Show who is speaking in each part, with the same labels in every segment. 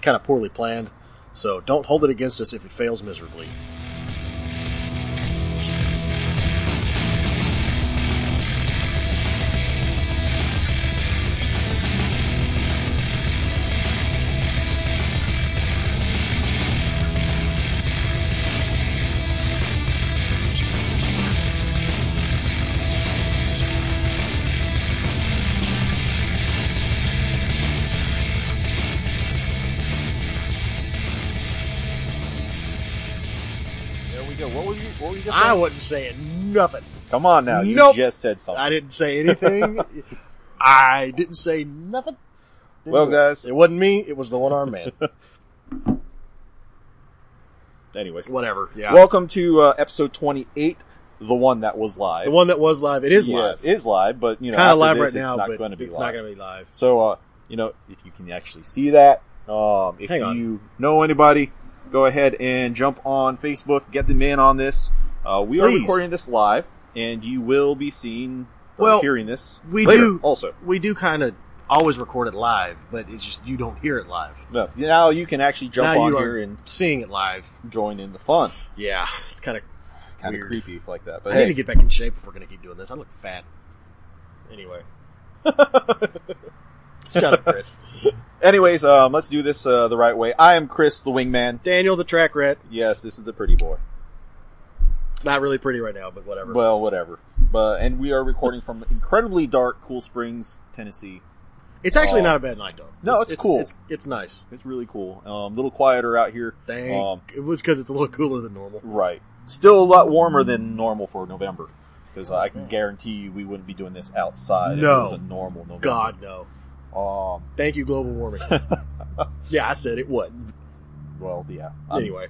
Speaker 1: kind of poorly planned, so don't hold it against us if it fails miserably.
Speaker 2: There we go. What were you? What were you just
Speaker 1: I
Speaker 2: saying?
Speaker 1: wasn't saying nothing.
Speaker 2: Come on now. You
Speaker 1: Nope.
Speaker 2: just said something.
Speaker 1: I didn't say anything. I didn't say nothing. Didn't
Speaker 2: Well,
Speaker 1: do it.
Speaker 2: guys.
Speaker 1: it wasn't me. It was the one armed man.
Speaker 2: Anyways,
Speaker 1: Whatever. Yeah.
Speaker 2: welcome to uh, episode twenty-eight, the one that was live.
Speaker 1: the one that was live. It is
Speaker 2: yeah,
Speaker 1: live.
Speaker 2: it is live, but you know,
Speaker 1: Kind
Speaker 2: after
Speaker 1: of live
Speaker 2: this,
Speaker 1: right now,
Speaker 2: it's not
Speaker 1: but
Speaker 2: going to be
Speaker 1: it's
Speaker 2: live.
Speaker 1: not going to be live.
Speaker 2: So, uh, you know, if you can actually see that, um, if
Speaker 1: Hang on.
Speaker 2: you know anybody, go ahead and jump on Facebook, get them in on this. Uh, we are
Speaker 1: Please.
Speaker 2: recording this live, and you will be seeing, or
Speaker 1: Well,
Speaker 2: hearing this.
Speaker 1: we
Speaker 2: later
Speaker 1: do-
Speaker 2: also.
Speaker 1: We do kind of always record it live, but it's just you don't hear it live.
Speaker 2: No, now you can actually jump
Speaker 1: now
Speaker 2: on
Speaker 1: you
Speaker 2: here
Speaker 1: are
Speaker 2: and
Speaker 1: seeing it live.
Speaker 2: join in the fun.
Speaker 1: Yeah, it's kind of.
Speaker 2: Kind of
Speaker 1: Weird.
Speaker 2: creepy like that, but
Speaker 1: I need to
Speaker 2: hey,
Speaker 1: get back in shape if we're going to keep doing this. I look fat. Anyway. Shut up, Chris.
Speaker 2: anyways, um, let's do this uh, the right way. I am Chris, the wingman.
Speaker 1: Daniel, the track rat.
Speaker 2: Yes, this is the pretty boy.
Speaker 1: Not really pretty right now, but whatever.
Speaker 2: Well, whatever. But and we are recording from incredibly dark Cool Springs, Tennessee.
Speaker 1: It's actually
Speaker 2: Oh.
Speaker 1: not a bad night though.
Speaker 2: No, it's cool.
Speaker 1: uh, It's, it's nice.
Speaker 2: It's really cool. Um, a little quieter out here.
Speaker 1: Dang,
Speaker 2: Um,
Speaker 1: it was because it's a little cooler than normal.
Speaker 2: right. Still a lot warmer than normal for November. Because I can
Speaker 1: that?
Speaker 2: guarantee you we wouldn't be doing this outside if
Speaker 1: No.
Speaker 2: it was a normal November.
Speaker 1: God no.
Speaker 2: Um,
Speaker 1: Thank you, global warming. yeah, I said it. What?
Speaker 2: well, yeah. Um,
Speaker 1: Anyway,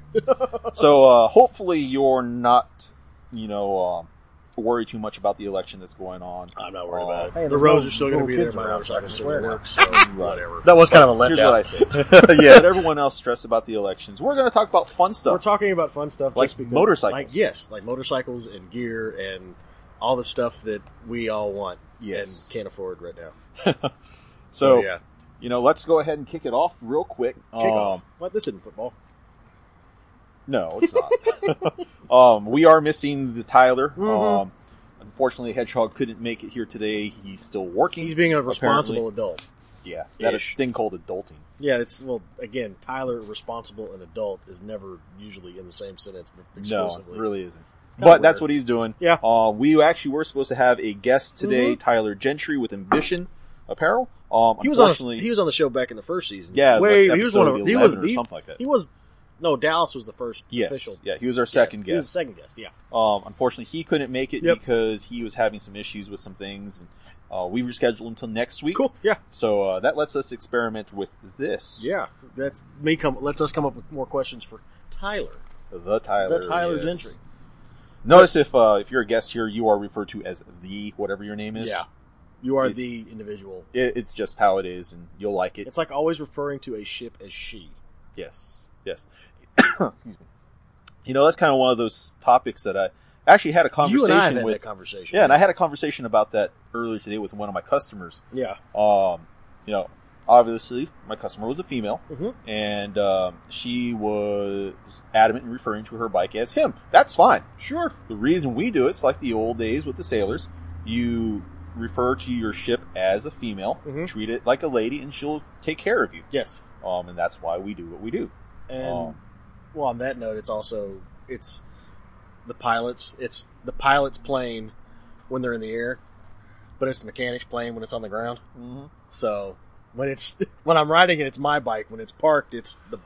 Speaker 2: so uh, hopefully you're not, you know, um worried too much about the election that's going on.
Speaker 1: I'm not worried
Speaker 2: Oh.
Speaker 1: about it.
Speaker 3: Hey,
Speaker 1: the
Speaker 3: there's
Speaker 1: roads
Speaker 3: no-
Speaker 1: are still going to
Speaker 3: no
Speaker 1: be there.
Speaker 3: kids
Speaker 1: My
Speaker 3: around, I
Speaker 1: motorcycle's
Speaker 3: can
Speaker 1: still
Speaker 3: swear
Speaker 1: going to
Speaker 3: now.
Speaker 1: work. So whatever.
Speaker 2: That was
Speaker 1: kind of a
Speaker 2: Here's
Speaker 1: letdown.
Speaker 2: what I say. yeah, everyone else stressed about the elections. We're going to talk about fun
Speaker 1: We're
Speaker 2: stuff.
Speaker 1: talking about fun stuff,
Speaker 2: Like
Speaker 1: just because-
Speaker 2: motorcycles.
Speaker 1: Like yes, like motorcycles and gear and all the stuff that we all want
Speaker 2: Yes.
Speaker 1: and can't afford right now. Oh,
Speaker 2: so,
Speaker 1: yeah, kick
Speaker 2: you know, let's go ahead and kick it off real quick. Um,
Speaker 1: off. What? This isn't football.
Speaker 2: No, it's not. um, we are missing the Tyler.
Speaker 1: Mhm.
Speaker 2: Um, unfortunately, Hedgehog couldn't make it here today. He's still working.
Speaker 1: He's being a responsible adult.
Speaker 2: yeah, that
Speaker 1: Ish.
Speaker 2: thing called adulting.
Speaker 1: Yeah, it's well again. Tyler, responsible and adult is never usually in the same sentence
Speaker 2: No,
Speaker 1: exclusively.
Speaker 2: it really isn't. But that's
Speaker 1: weird.
Speaker 2: what he's doing.
Speaker 1: Yeah. Mm-hmm.
Speaker 2: Uh, we actually were supposed to have a guest today, Tyler Gentry with Ambition Apparel. Um,
Speaker 1: he was on.
Speaker 2: unfortunately,
Speaker 1: He was on the show back in the first season.
Speaker 2: yeah,
Speaker 1: way
Speaker 2: like
Speaker 1: he was one of
Speaker 2: episode
Speaker 1: he was
Speaker 2: 11 or
Speaker 1: the,
Speaker 2: something like that.
Speaker 1: He was no Dallas was the first
Speaker 2: yes,
Speaker 1: official
Speaker 2: yeah, he was our second
Speaker 1: He was the
Speaker 2: guest.
Speaker 1: second guest. Yeah,
Speaker 2: Um, unfortunately, he couldn't make it
Speaker 1: Yep.
Speaker 2: because he was having some issues with some things. Uh, we rescheduled until next week.
Speaker 1: cool. Yeah,
Speaker 2: So uh, that lets us experiment with this.
Speaker 1: yeah. That's me. Come lets us come up with more questions for Tyler.
Speaker 2: The Tyler.
Speaker 1: That's Tyler
Speaker 2: yes.
Speaker 1: Gentry.
Speaker 2: Notice if uh, if you're a guest here, you are referred to as the whatever your name is.
Speaker 1: Yeah, you are
Speaker 2: It-
Speaker 1: the individual.
Speaker 2: It, it's just how it is, and you'll like it.
Speaker 1: It's like always referring to a ship as she.
Speaker 2: yes. Yes. Excuse me. You know, that's kind of one of those topics that I actually had a
Speaker 1: You
Speaker 2: conversation
Speaker 1: and I have had
Speaker 2: with.
Speaker 1: that conversation.
Speaker 2: yeah, and I had a conversation about that earlier today with one of my customers.
Speaker 1: yeah.
Speaker 2: Um, you know, obviously my customer was a female,
Speaker 1: Mhm.
Speaker 2: and um, she was adamant in referring to her bike as him. That's fine.
Speaker 1: Sure.
Speaker 2: The reason we do it's like the old days with the sailors. You refer to your ship as a female,
Speaker 1: Mhm.
Speaker 2: treat it like a lady, and she'll take care of you.
Speaker 1: Yes.
Speaker 2: Um, and that's why we do what we do.
Speaker 1: And
Speaker 2: Um,
Speaker 1: well, on that note, it's also it's the pilots. It's the pilot's plane when they're in the air, but it's the mechanic's plane when it's on the ground. So when it's when I'm riding it, it's my bike. When it's parked, it's the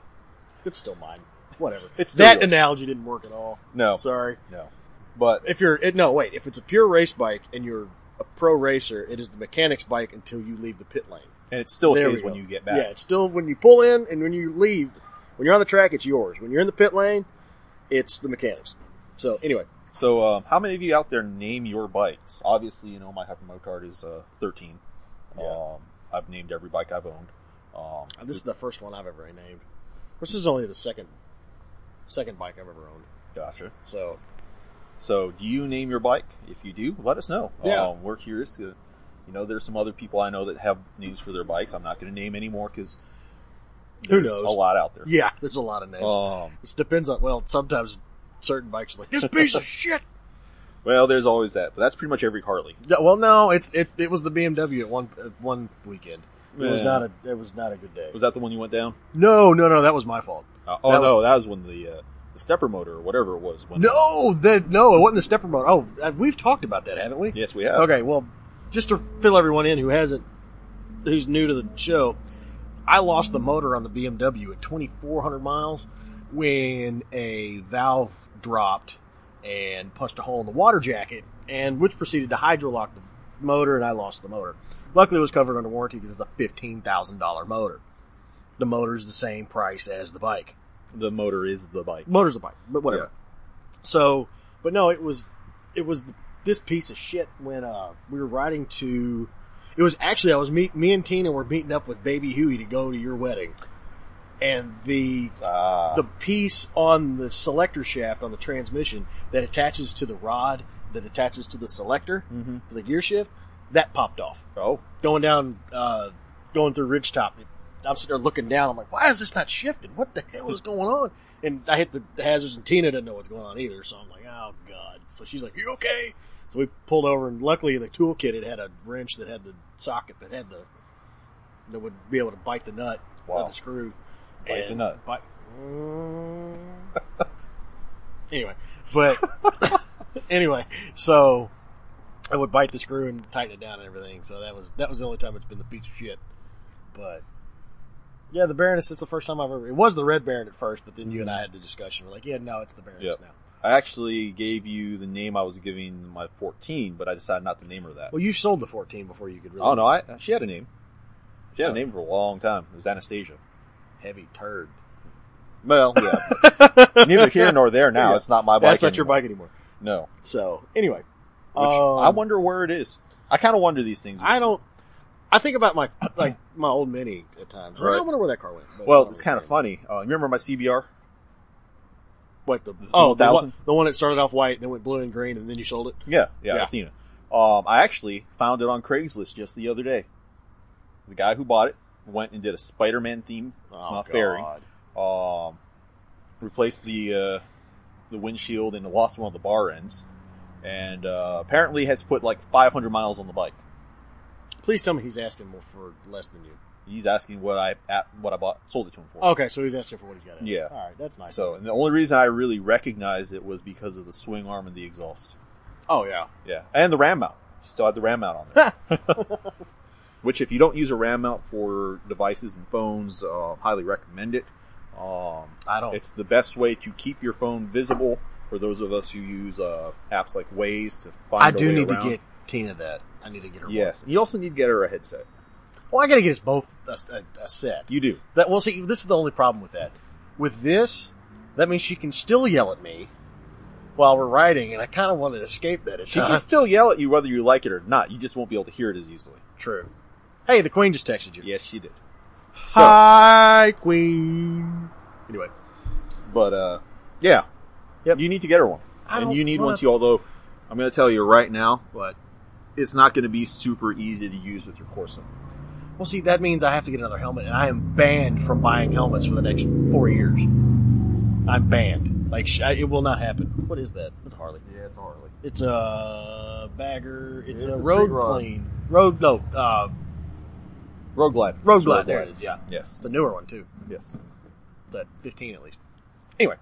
Speaker 1: it's still mine. Whatever.
Speaker 2: It's still
Speaker 1: that
Speaker 2: yours.
Speaker 1: analogy didn't work at all.
Speaker 2: No,
Speaker 1: Sorry.
Speaker 2: no, but
Speaker 1: If you're it, no wait, if it's a pure race bike and you're a pro racer, it is the mechanic's bike until you leave the pit lane.
Speaker 2: and it still
Speaker 1: There
Speaker 2: is
Speaker 1: we
Speaker 2: when
Speaker 1: go.
Speaker 2: you get back.
Speaker 1: Yeah, it's still when you pull in and when you leave. When you're on the track, it's yours. When you're in the pit lane, it's the mechanics. So anyway,
Speaker 2: So, um, how many of you out there name your bikes? Obviously, you know my hypermotard is uh, thirteen.
Speaker 1: Yeah.
Speaker 2: Um, I've named every bike I've owned. Um,
Speaker 1: uh, this is the first one I've ever named. Which is only the second second bike I've ever owned.
Speaker 2: gotcha.
Speaker 1: So
Speaker 2: So, do you name your bike? If you do, let us know.
Speaker 1: Yeah.
Speaker 2: Um, we're curious. To, you know, there's some other people I know that have names for their bikes. I'm not going to name anymore because
Speaker 1: Who
Speaker 2: There's
Speaker 1: knows?
Speaker 2: A lot out there.
Speaker 1: Yeah, there's a lot of names.
Speaker 2: Um,
Speaker 1: it depends on. Well, sometimes certain bikes are like this piece of shit.
Speaker 2: well, there's always that, but that's pretty much every Harley.
Speaker 1: No, well, no, it's it, it was the BMW at one at one weekend. It was
Speaker 2: Yeah.
Speaker 1: not a it was not a good day.
Speaker 2: Was that the one you went down?
Speaker 1: No, no, no, that was my fault.
Speaker 2: Uh, oh
Speaker 1: That was-
Speaker 2: no, that was when the uh, the stepper motor or whatever it was. When
Speaker 1: No, that no, it wasn't the stepper motor. Oh, uh, we've talked about that, haven't we?
Speaker 2: Yes, we have.
Speaker 1: Okay, well, just to fill everyone in who hasn't, who's new to the show, I lost the motor on the BMW at 2,400 miles when a valve dropped and punched a hole in the water jacket, and which proceeded to hydrolock the motor, and I lost the motor. Luckily, it was covered under warranty because it's a $15,000 motor. The motor's the same price as the bike
Speaker 2: The motor is the bike.
Speaker 1: motor's a bike, but whatever. So, but no, it was it was this piece of shit when uh, we were riding to. It was actually I was meet me and Tina were meeting up with Baby Huey to go to your wedding, and the uh,
Speaker 2: Ah,
Speaker 1: the piece on the selector shaft on the transmission that attaches to the rod that attaches to the selector
Speaker 2: Mhm.
Speaker 1: for the gear shift that popped off
Speaker 2: oh,
Speaker 1: going down, uh, going through Ridgetop. I'm sitting there looking down. I'm like, why is this not shifting? What the hell is going on? And I hit the, the hazards, and Tina doesn't know what's going on either. So I'm like, oh god. So she's like, you okay? So we pulled over, and luckily the toolkit it had a wrench that had the socket that had the that would be able to bite the nut
Speaker 2: Wow.
Speaker 1: or the screw.
Speaker 2: Bite the
Speaker 1: And
Speaker 2: nut.
Speaker 1: Bite. anyway, but anyway, so I would bite the screw and tighten it down and everything. So that was that was the only time it's been the piece of shit. But yeah, the Baroness. It's the first time I've ever. It was the Red Baron at first, but then you and I had the discussion. We're like, yeah, no, it's the Baroness
Speaker 2: Yep.
Speaker 1: now.
Speaker 2: I actually gave you the name I was giving my 14, but I decided not to name her that.
Speaker 1: Well, you sold the fourteen before you could really. Oh.
Speaker 2: oh no, I she had a name. She had a name for a long time. It was Anastasia.
Speaker 1: heavy turd.
Speaker 2: Well, yeah. Neither here nor there. Now
Speaker 1: Yeah.
Speaker 2: it's not my bike.
Speaker 1: That's not your
Speaker 2: anymore.
Speaker 1: bike anymore.
Speaker 2: No.
Speaker 1: So anyway,
Speaker 2: Which
Speaker 1: um,
Speaker 2: I wonder where it is. I kind of wonder these things.
Speaker 1: I don't. I think about my like my old Mini at times. Like, I
Speaker 2: Right.
Speaker 1: wonder where that car went. But
Speaker 2: well, it's kind of funny. Uh, you remember my CBR?
Speaker 1: What the
Speaker 2: Oh,
Speaker 1: oh the one,
Speaker 2: 1000?
Speaker 1: the one that started off white, then went blue and green, and then you sold it.
Speaker 2: Yeah, yeah,
Speaker 1: Yeah.
Speaker 2: Athena. Um, I actually found it on Craigslist just the other day. The guy who bought it went and did a Spider-Man theme
Speaker 1: Oh,
Speaker 2: uh, fairing. Um, replaced the uh, the windshield and lost one of the bar ends, and uh, apparently has put like 500 miles on the bike.
Speaker 1: Please tell me he's asking more for less than you.
Speaker 2: He's asking what I at, what I bought sold it to him for.
Speaker 1: Okay, so he's asking for what he's got.
Speaker 2: Yeah.
Speaker 1: All right, that's nice.
Speaker 2: So, and the only reason I really recognized it was because of the swing arm and the exhaust.
Speaker 1: oh yeah.
Speaker 2: Yeah, and the RAM mount. Still had the RAM mount on there. Which, if you don't use a RAM mount for devices and phones, uh, highly recommend it. Um,
Speaker 1: I don't.
Speaker 2: it's the best way to keep your phone visible for those of us who use uh, apps like Waze to find.
Speaker 1: I
Speaker 2: our
Speaker 1: do
Speaker 2: way
Speaker 1: need
Speaker 2: around.
Speaker 1: to get Tina that. I need to get her.
Speaker 2: Yes, you also need to get her a headset.
Speaker 1: One. Well, I got to get us both a, a, a set.
Speaker 2: You do.
Speaker 1: That well, see, this is the only problem with that. With this, that means she can still yell at me while we're riding, and I kind of want to escape that. At
Speaker 2: She can
Speaker 1: times.
Speaker 2: still yell at you whether you like it or not. You just won't be able to hear it as easily.
Speaker 1: True. Hey, the queen just texted you.
Speaker 2: Yes, she did. So,
Speaker 1: Hi, queen. Anyway,
Speaker 2: But uh, yeah,
Speaker 1: Yep.
Speaker 2: you need to get her one,
Speaker 1: I
Speaker 2: and
Speaker 1: don't
Speaker 2: you need
Speaker 1: wanna-
Speaker 2: one too. Although I'm going to tell you right now,
Speaker 1: but
Speaker 2: it's not going to be super easy to use with your Corsa.
Speaker 1: well, see, that means I have to get another helmet, and I am banned from buying helmets for the next four years. I'm banned. Like sh- I, it will not happen. What is that? It's a Harley.
Speaker 2: Yeah, it's a Harley.
Speaker 1: It's a bagger. It's,
Speaker 2: It's
Speaker 1: a,
Speaker 2: a street
Speaker 1: road
Speaker 2: rod.
Speaker 1: clean. Road no. Uh,
Speaker 2: Road Glide.
Speaker 1: road
Speaker 2: It's
Speaker 1: glide. There it is. Yeah,
Speaker 2: Yes.
Speaker 1: it's a newer one too.
Speaker 2: Yes.
Speaker 1: That fifteen at least.
Speaker 2: Anyway,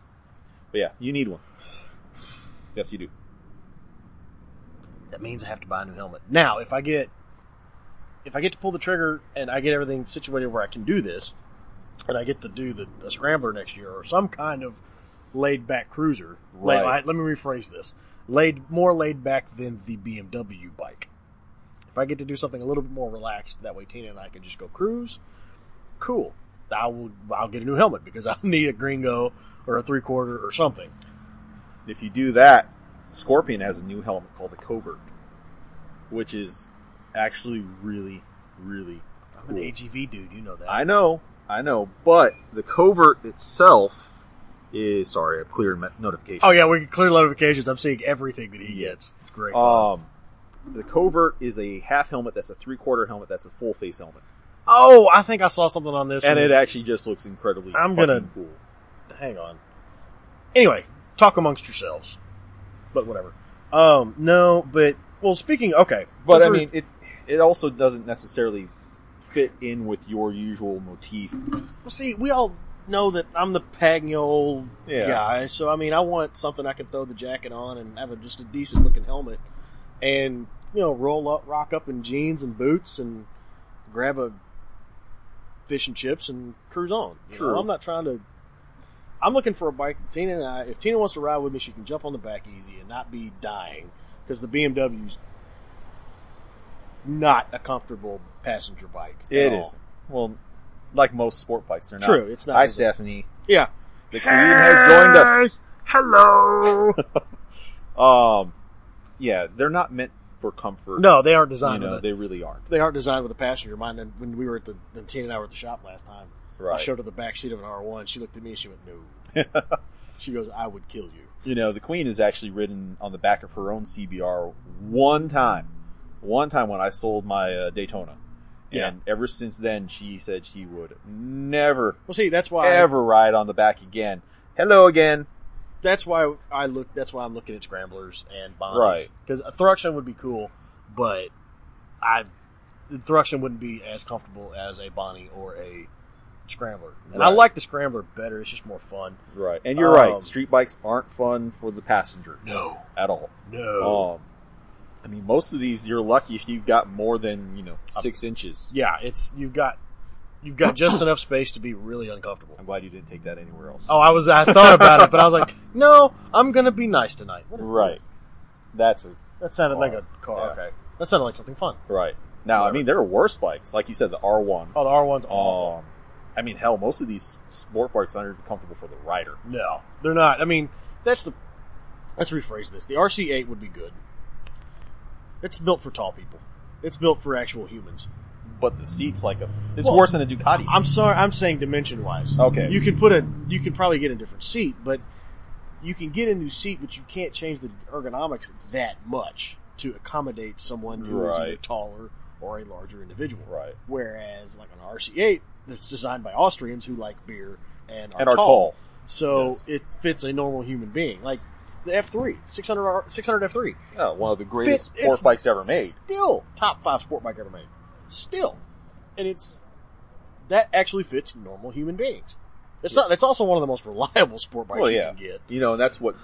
Speaker 2: but yeah, you need one. Yes, you do.
Speaker 1: that means I have to buy a new helmet. Now, if I get if I get to pull the trigger and I get everything situated where I can do this, and I get to do the, the scrambler next year or some kind of laid back cruiser. Lay-
Speaker 2: Right.
Speaker 1: I- let me rephrase this: laid more laid back than the BMW bike. If I get to do something a little bit more relaxed, that way Tina and I can just go cruise. Cool. I will. I'll get a new helmet because I'll need a Gringo or a three quarter or something.
Speaker 2: If you do that, Scorpion has a new helmet called the Covert, which is actually really, really
Speaker 1: I'm
Speaker 2: cool.
Speaker 1: an AGV dude, you know that.
Speaker 2: I know, I know, but the Covert itself is sorry, I'm clearing my notification.
Speaker 1: Oh yeah, we can clear notifications. I'm seeing everything that he
Speaker 2: Yeah. Uh,
Speaker 1: gets. It's great.
Speaker 2: Oh, Um, the covert is a half helmet. That's a three quarter helmet. That's a full face helmet.
Speaker 1: Oh, I think I saw something on this.
Speaker 2: and it actually just looks incredibly.
Speaker 1: I'm gonna-
Speaker 2: fucking cool.
Speaker 1: hang on. Anyway, talk amongst yourselves. But whatever. Um, no, but well, speaking. Okay,
Speaker 2: But
Speaker 1: since
Speaker 2: I
Speaker 1: we're-
Speaker 2: mean, it it also doesn't necessarily fit in with your usual motif.
Speaker 1: Well, see, we all know that I'm the pagny old
Speaker 2: Yeah.
Speaker 1: guy, so I mean, I want something I can throw the jacket on and have a, just a decent looking helmet, and you know, roll up, rock up in jeans and boots, and grab a fish and chips and cruise on. You know,
Speaker 2: True.
Speaker 1: I'm not trying to. I'm looking for a bike. that Tina and I, if Tina wants to ride with me, she can jump on the back easy and not be dying because the BMW's not a comfortable passenger bike. at
Speaker 2: It
Speaker 1: all.
Speaker 2: is well, like most sport bikes, they're not.
Speaker 1: True, it's not
Speaker 2: Hi,
Speaker 1: as-
Speaker 2: Stephanie.
Speaker 1: Yeah.
Speaker 2: The queen has joined us.
Speaker 1: Hello.
Speaker 2: Um, yeah, they're not meant for comfort.
Speaker 1: No, they aren't
Speaker 2: you
Speaker 1: designed.
Speaker 2: know,
Speaker 1: with a,
Speaker 2: they really aren't.
Speaker 1: they aren't designed with a passenger in mind. And when we were at the, when Tina and I were at the shop last time, I
Speaker 2: Right.
Speaker 1: showed her the back seat of an R one. She looked at me and she went, "No." she goes, "I would kill you."
Speaker 2: You know, the queen has actually ridden on the back of her own CBR one time. One time when I sold my uh, Daytona.
Speaker 1: Yeah.
Speaker 2: And ever since then, she said she would never,
Speaker 1: Well, see, that's why.
Speaker 2: ever ride on the back again. Hello again.
Speaker 1: That's why I look. That's why I'm looking at scramblers and bonds.
Speaker 2: Right.
Speaker 1: Because a thruction would be cool, but I. The thruction wouldn't be as comfortable as a Bonnie or a Scrambler, and I
Speaker 2: Right.
Speaker 1: like the Scrambler better. It's just more fun.
Speaker 2: Right. And you're
Speaker 1: Um,
Speaker 2: right. Street bikes aren't fun for the passenger
Speaker 1: No,
Speaker 2: at all.
Speaker 1: no.
Speaker 2: Um, I mean, most of these, you're lucky if you've got more than, you know, six inches.
Speaker 1: yeah, it's you've got you've got just enough space to be really uncomfortable.
Speaker 2: I'm glad you didn't take that anywhere else.
Speaker 1: Oh, I was I thought about it, but I was like, no, I'm gonna be nice tonight. What is
Speaker 2: right.
Speaker 1: this?
Speaker 2: That's a,
Speaker 1: That sounded like a
Speaker 2: Yeah.
Speaker 1: car. Okay, that sounded like something fun.
Speaker 2: right. Now, I
Speaker 1: Whatever.
Speaker 2: mean, there are worse bikes. Like you said, the R1.
Speaker 1: Oh, the R1's awful.
Speaker 2: Um, I mean, hell, most of these sport bikes aren't even comfortable for the rider.
Speaker 1: No, they're not. I mean, that's the. Let's rephrase this. The RC8 would be good. It's built for tall people. It's built for actual humans.
Speaker 2: But the seats, like a, it's
Speaker 1: Well,
Speaker 2: worse than a Ducati. Seat.
Speaker 1: I'm sorry. I'm saying dimension wise.
Speaker 2: Okay.
Speaker 1: You can put a. You can probably get a different seat, but you can get a new seat, but you can't change the ergonomics that much to accommodate someone who is either
Speaker 2: Right.
Speaker 1: taller or a larger individual.
Speaker 2: Right.
Speaker 1: Whereas, like an RC8, that's designed by Austrians who like beer and are,
Speaker 2: and are
Speaker 1: tall.
Speaker 2: tall.
Speaker 1: So
Speaker 2: Yes.
Speaker 1: it fits a normal human being, like the F3, 600, R- 600 F3.
Speaker 2: Yeah, one of the greatest
Speaker 1: Fit-
Speaker 2: sport
Speaker 1: it's
Speaker 2: bikes ever made.
Speaker 1: Still top five sport bike ever made. Still, and it's that actually fits normal human beings. It's not. It's also one of the most reliable sport bikes
Speaker 2: Well,
Speaker 1: you
Speaker 2: yeah.
Speaker 1: can get.
Speaker 2: You know, and that's what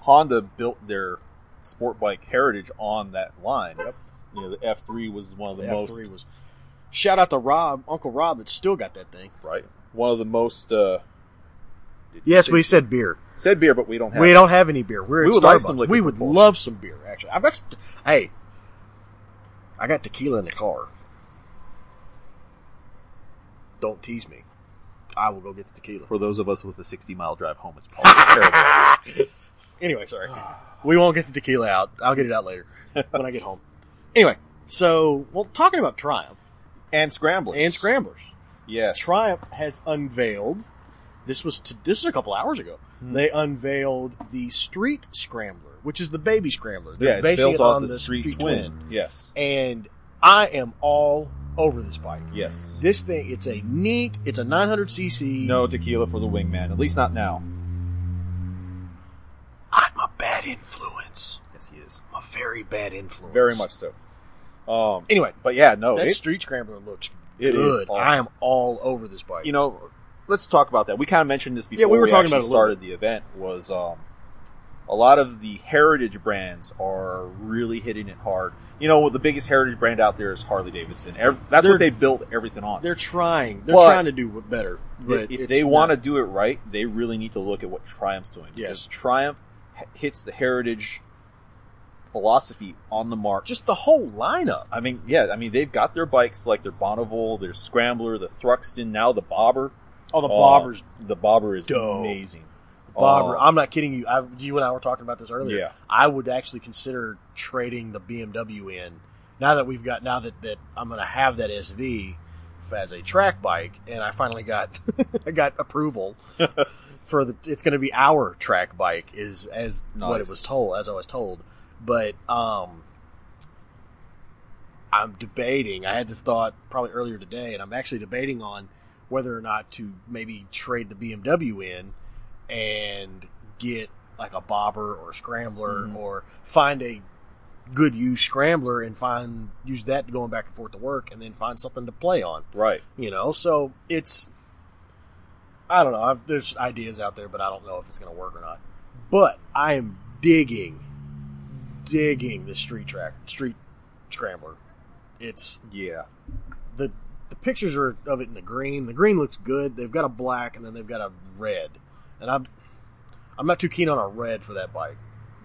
Speaker 2: Honda built their sport bike heritage on that line.
Speaker 1: Yep.
Speaker 2: You know, the F3 was one of
Speaker 1: The
Speaker 2: the
Speaker 1: F3
Speaker 2: most
Speaker 1: was. Shout out to Rob, Uncle Rob, that's still got that thing.
Speaker 2: right. One of the most. Uh,
Speaker 1: Yes, we said beer.
Speaker 2: said beer, but we don't have.
Speaker 1: We don't have any beer. We're
Speaker 2: We
Speaker 1: at
Speaker 2: would like
Speaker 1: Starbucks.
Speaker 2: some liquid
Speaker 1: We would
Speaker 2: propulsion.
Speaker 1: love some beer. Actually, I've got. St- hey, I got tequila in the car. Don't tease me. I will go get the tequila.
Speaker 2: For those of us with a 60 mile drive home, it's probably terrible.
Speaker 1: Anyway, sorry. We won't get the tequila out. I'll get it out later when I get home. Anyway, so well, talking about Triumph
Speaker 2: And scrambling.
Speaker 1: and scramblers.
Speaker 2: Yes.
Speaker 1: Triumph has unveiled. This was to, this was a couple hours ago. They unveiled the Street Scrambler, which is the baby Scrambler. They're
Speaker 2: yeah, it's
Speaker 1: basing
Speaker 2: built
Speaker 1: it
Speaker 2: off
Speaker 1: on
Speaker 2: the, Street, twin. Yes.
Speaker 1: and I am all over this bike.
Speaker 2: Yes.
Speaker 1: This thing, it's a neat. It's a 900cc.
Speaker 2: No tequila for the wingman, at least not now.
Speaker 1: I'm a bad influence.
Speaker 2: Yes, he is.
Speaker 1: I'm a very bad influence.
Speaker 2: Very much so. Um,
Speaker 1: Anyway,
Speaker 2: but yeah, no,
Speaker 1: that
Speaker 2: it,
Speaker 1: Street Scrambler looks
Speaker 2: It is
Speaker 1: good.
Speaker 2: awesome.
Speaker 1: I am all over this bike.
Speaker 2: you know, let's talk about that. We kind of mentioned this before.
Speaker 1: Yeah, we were talking about
Speaker 2: actually
Speaker 1: it a little
Speaker 2: started the event. Was um, a lot of the heritage brands are really hitting it hard. You know, the biggest heritage brand out there is Harley Davidson. Ev- That's
Speaker 1: They're-
Speaker 2: what they built everything on.
Speaker 1: they're trying. They're
Speaker 2: But-
Speaker 1: trying to do better. But
Speaker 2: if
Speaker 1: it's
Speaker 2: they
Speaker 1: not-
Speaker 2: want to do it right, they really need to look at what Triumph's doing.
Speaker 1: Yes.
Speaker 2: Because Triumph h- hits the heritage philosophy on the mark.
Speaker 1: just the whole lineup.
Speaker 2: I mean, yeah, I mean they've got their bikes like their Bonneville, their Scrambler, the Thruxton, now the Bobber.
Speaker 1: Oh, the
Speaker 2: Uh,
Speaker 1: bobbers,
Speaker 2: the Bobber is
Speaker 1: Dope.
Speaker 2: amazing.
Speaker 1: bobber.
Speaker 2: Uh,
Speaker 1: I'm not kidding you. I, you and I were talking about this earlier.
Speaker 2: Yeah.
Speaker 1: I would actually consider trading the BMW in now that we've got now that, that I'm going to have that SV as a track bike, and I finally got I got approval for the it's going to be our track bike is as what it
Speaker 2: Nice.
Speaker 1: was told as I was told, but um. I'm debating. I had this thought probably earlier today, and I'm actually debating on whether or not to maybe trade the BMW in and get like a bobber or a scrambler
Speaker 2: Mhm.
Speaker 1: or find a good used scrambler and find use that going back and forth to work and then find something to play on.
Speaker 2: Right.
Speaker 1: You know, so it's I don't know. I've, there's ideas out there, but I don't know if it's going to work or not. But I am digging, digging the street track, street scrambler. It's
Speaker 2: Yeah.
Speaker 1: the the pictures are of it in the green. The green looks good. They've got a black and then they've got a red. And I'm I'm not too keen on a red for that bike,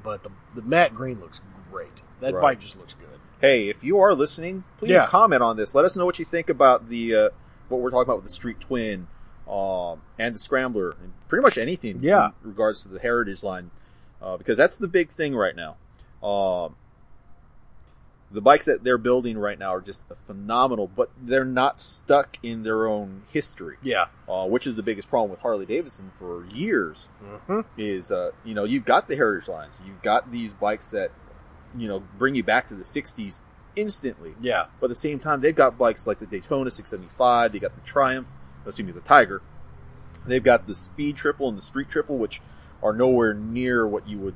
Speaker 1: but the the matte green looks great. That
Speaker 2: Right.
Speaker 1: bike just looks good.
Speaker 2: Hey, if you are listening, please
Speaker 1: Yeah.
Speaker 2: comment on this. Let us know what you think about the uh, what we're talking about with the Street Twin um, and the Scrambler, and pretty much anything.
Speaker 1: Yeah.
Speaker 2: in regards to the Heritage line, uh, because that's the big thing right now. Um, the bikes that they're building right now are just phenomenal, but they're not stuck in their own history,
Speaker 1: Yeah.
Speaker 2: uh, which is the biggest problem with Harley Davidson for years
Speaker 1: Mm-hmm.
Speaker 2: is uh, you know you've got the heritage lines you've got these bikes that you know bring you back to the 60s instantly
Speaker 1: Yeah.
Speaker 2: but at the same time they've got bikes like the daytona 675 they got the triumph excuse me the tiger they've got the speed triple and the street triple which are nowhere near what you would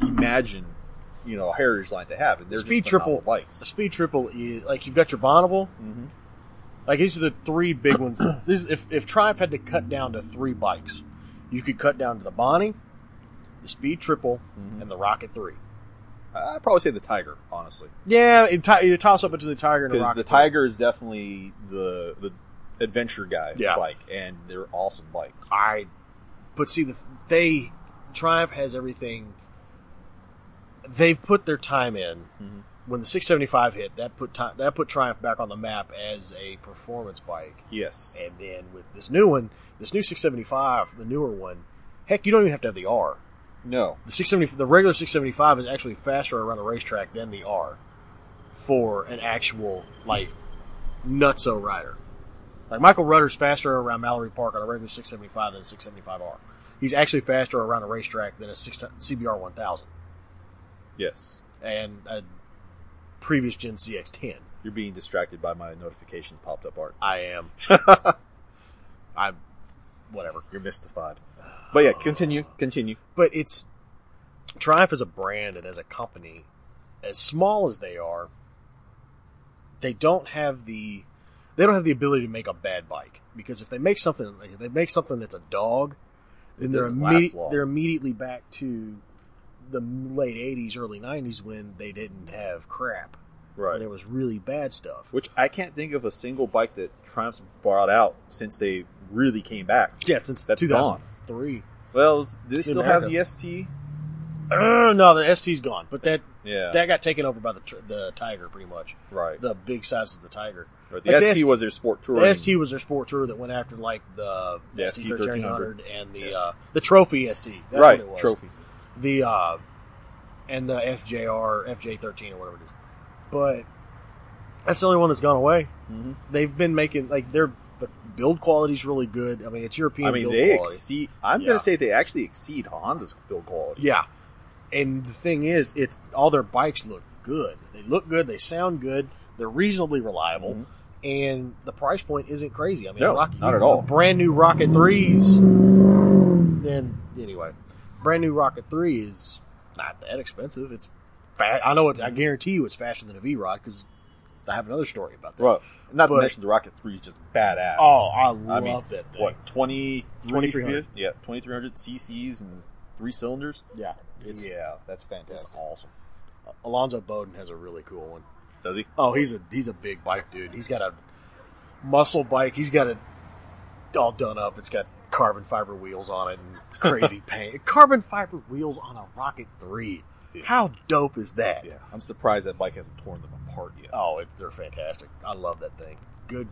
Speaker 2: imagine you know a heritage line to have and they're
Speaker 1: Speed
Speaker 2: just phenomenal
Speaker 1: Triple- The
Speaker 2: bikes
Speaker 1: Speed Triple is like you've got your Bonneville.
Speaker 2: mm-hmm.
Speaker 1: Like these are the three big ones. This if if Triumph had to cut down to three bikes, you could cut down to the Bonnie, the Speed Triple,
Speaker 2: Mhm.
Speaker 1: and the Rocket Three.
Speaker 2: i'd probably say the tiger honestly
Speaker 1: Yeah, it, ti- you toss up between the Tiger and the
Speaker 2: because
Speaker 1: Rocket.
Speaker 2: the
Speaker 1: Three.
Speaker 2: tiger is definitely the the adventure guy
Speaker 1: Yeah.
Speaker 2: bike and they're awesome bikes
Speaker 1: I, but see, the, they Triumph has everything. They've put their time in.
Speaker 2: Mhm.
Speaker 1: When the 675 hit, that put time, that put Triumph back on the map as a performance bike.
Speaker 2: yes
Speaker 1: And then with this new one, this new 675, the newer one, heck, you don't even have to have the R.
Speaker 2: no
Speaker 1: The 670, the regular 675 is actually faster around the racetrack than the R for an actual like nutso rider. Like Michael Rudder's faster around Mallory Park on a regular 675 than a 675R. He's actually faster around a racetrack than a 6, CBR 1000
Speaker 2: Yes.
Speaker 1: and a previous Gen CX10.
Speaker 2: You're being distracted by my notifications popped up art.
Speaker 1: I am. I'm whatever.
Speaker 2: You're mystified. But yeah, continue, continue.
Speaker 1: but it's Triumph as a brand and as a company, as small as they are, they don't have the they don't have the ability to make a bad bike because if they make something like if they make something that's a dog, then they're
Speaker 2: doesn't last
Speaker 1: immediately
Speaker 2: long.
Speaker 1: they're immediately back to the late '80s, early '90s when they didn't have crap when it was really bad stuff.
Speaker 2: Which I can't think of a single bike that Triumph's brought out since they really came back.
Speaker 1: Yeah, since
Speaker 2: That's
Speaker 1: 2003.
Speaker 2: Well, do they
Speaker 1: In
Speaker 2: still have
Speaker 1: America.
Speaker 2: the ST?
Speaker 1: Uh, no, the ST's gone, but that
Speaker 2: Yeah.
Speaker 1: that got taken over by the tr- the Tiger pretty much.
Speaker 2: right.
Speaker 1: The big size of the Tiger.
Speaker 2: Right.
Speaker 1: but
Speaker 2: The
Speaker 1: the
Speaker 2: ST
Speaker 1: ST
Speaker 2: was their sport touring.
Speaker 1: The ST was their sport tour that went after like the,
Speaker 2: The
Speaker 1: ST thirteen hundred
Speaker 2: 1300.
Speaker 1: and the uh, the trophy ST. That's
Speaker 2: right.
Speaker 1: what it was.
Speaker 2: Trophy.
Speaker 1: The uh, and the FJR FJ thirteen or whatever it is. But that's the only one that's gone away.
Speaker 2: Mhm.
Speaker 1: They've been making like their the build quality's really good. I mean, it's European.
Speaker 2: I mean,
Speaker 1: build
Speaker 2: they
Speaker 1: quality.
Speaker 2: exceed. I'm
Speaker 1: Yeah.
Speaker 2: going to say they actually exceed Honda's build quality.
Speaker 1: Yeah, and the thing is, it all their bikes look good. They look good. They sound good. They're reasonably reliable,
Speaker 2: Mhm.
Speaker 1: and the price point isn't crazy. I mean,
Speaker 2: No,
Speaker 1: Rocket,
Speaker 2: not at all.
Speaker 1: the Brand new Rocket threes. Then anyway, brand new Rocket three is not that expensive. It's fa- I know it. I guarantee you, it's faster than a V Rod because I have another story about that.
Speaker 2: Well, not to
Speaker 1: But-
Speaker 2: mention the Rocket 3 is just badass.
Speaker 1: Oh, I love
Speaker 2: I mean,
Speaker 1: that thing.
Speaker 2: What, 20,
Speaker 1: 2300?
Speaker 2: Yeah, 2300 cc's and three cylinders?
Speaker 1: Yeah,
Speaker 2: It's,
Speaker 1: it's
Speaker 2: yeah, that's
Speaker 1: it's
Speaker 2: fantastic.
Speaker 1: awesome. Alonzo Bowden has a really cool one.
Speaker 2: Does he?
Speaker 1: Oh, he's a he's a big bike dude. He's got a muscle bike. He's got it all done up. It's got carbon fiber wheels on it and crazy paint. Carbon fiber wheels on a Rocket Three.
Speaker 2: Dude.
Speaker 1: How dope is that?
Speaker 2: Yeah, I'm surprised that bike hasn't torn them apart yet.
Speaker 1: Oh, it's they're fantastic. I love that thing. Good,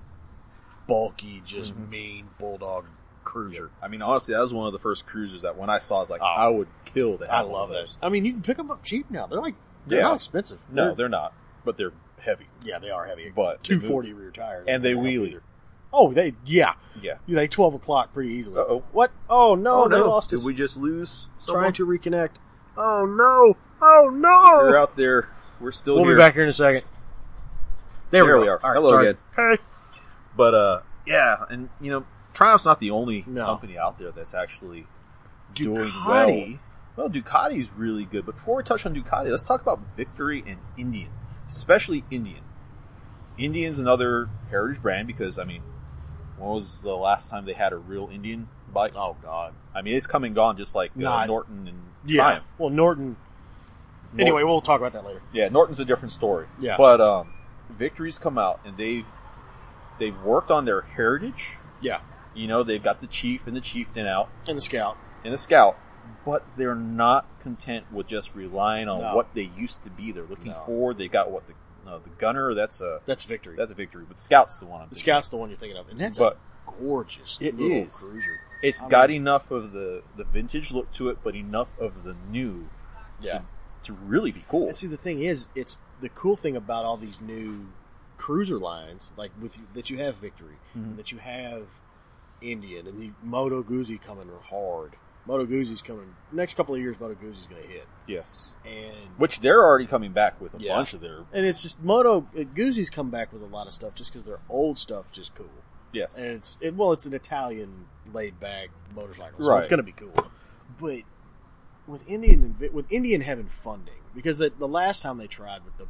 Speaker 1: bulky, just mean bulldog cruiser.
Speaker 2: I mean, honestly, that was one of the first cruisers that when I saw, it's like
Speaker 1: Oh.
Speaker 2: I would kill to have
Speaker 1: I
Speaker 2: one
Speaker 1: love
Speaker 2: of
Speaker 1: that.
Speaker 2: those.
Speaker 1: I mean, you can pick them up cheap now. They're like they're
Speaker 2: Yeah.
Speaker 1: not expensive.
Speaker 2: No, they're not, but they're heavy.
Speaker 1: yeah, they are heavy,
Speaker 2: But they
Speaker 1: two
Speaker 2: move.
Speaker 1: forty rear tire,
Speaker 2: And they
Speaker 1: don't help
Speaker 2: wheelie.
Speaker 1: either. Oh, they yeah.
Speaker 2: Yeah.
Speaker 1: You like twelve o'clock pretty easily.
Speaker 2: Uh-oh.
Speaker 1: What? Oh no, they lost
Speaker 2: Did
Speaker 1: us.
Speaker 2: we just lose?
Speaker 1: Trying
Speaker 2: someone? Oh.
Speaker 1: to reconnect. Oh no! Oh
Speaker 2: We're
Speaker 1: no!
Speaker 2: out there. We're still
Speaker 1: We'll
Speaker 2: here.
Speaker 1: be back here in a second. There,
Speaker 2: There
Speaker 1: go.
Speaker 2: we are.
Speaker 1: All right,
Speaker 2: Hello
Speaker 1: sorry.
Speaker 2: again. Hey. But uh, yeah, and you know, Triumph's not the only
Speaker 1: No.
Speaker 2: company out there that's actually doing
Speaker 1: Ducati.
Speaker 2: well. Well, Ducati's really good. But before we touch on Ducati, let's talk about Victory and Indian, especially Indian. Indian's another heritage brand because I mean, when was the last time they had a real Indian bike? Oh God! I mean, it's come and gone, just like uh,
Speaker 1: Not-
Speaker 2: Norton and
Speaker 1: Yeah.
Speaker 2: Triumph.
Speaker 1: Well, Norton. Anyway, we'll talk about that later.
Speaker 2: Yeah, Norton's a different story.
Speaker 1: Yeah.
Speaker 2: But um, Victory's come out and they've they've worked on their heritage.
Speaker 1: Yeah.
Speaker 2: You know, they've got the chief and the chieftain out
Speaker 1: And the Scout.
Speaker 2: and the scout, but they're not content with just relying on
Speaker 1: No.
Speaker 2: what they used to be. They're looking
Speaker 1: No.
Speaker 2: forward. They got what the no, the gunner. That's a
Speaker 1: That's Victory.
Speaker 2: that's a victory, but scout's the one. I'm
Speaker 1: the
Speaker 2: thinking.
Speaker 1: Scout's the one you're thinking of, and that's
Speaker 2: But-
Speaker 1: a gorgeous
Speaker 2: It
Speaker 1: little
Speaker 2: is.
Speaker 1: cruiser.
Speaker 2: It's
Speaker 1: I
Speaker 2: got enough of the the vintage look to it, but enough of the new.
Speaker 1: Yeah.
Speaker 2: To, to really be cool.
Speaker 1: And see, the thing is, it's the cool thing about all these new cruiser lines, like with that you have Victory,
Speaker 2: Mhm.
Speaker 1: that you have Indian, and you, Moto Guzzi coming hard. Moto Guzzi's coming next couple of years. Moto Guzzi's going to hit,
Speaker 2: yes.
Speaker 1: and
Speaker 2: Which they're already coming back with a
Speaker 1: Yeah.
Speaker 2: bunch of their
Speaker 1: and it's just Moto uh, Guzzi's come back with a lot of stuff just because their old stuff just cool,
Speaker 2: yes.
Speaker 1: and it's it, well, it's an Italian laid back motorcycle, so
Speaker 2: Right.
Speaker 1: it's going to be cool. But with Indian and Vi- with Indian having funding because the, the last time they tried with the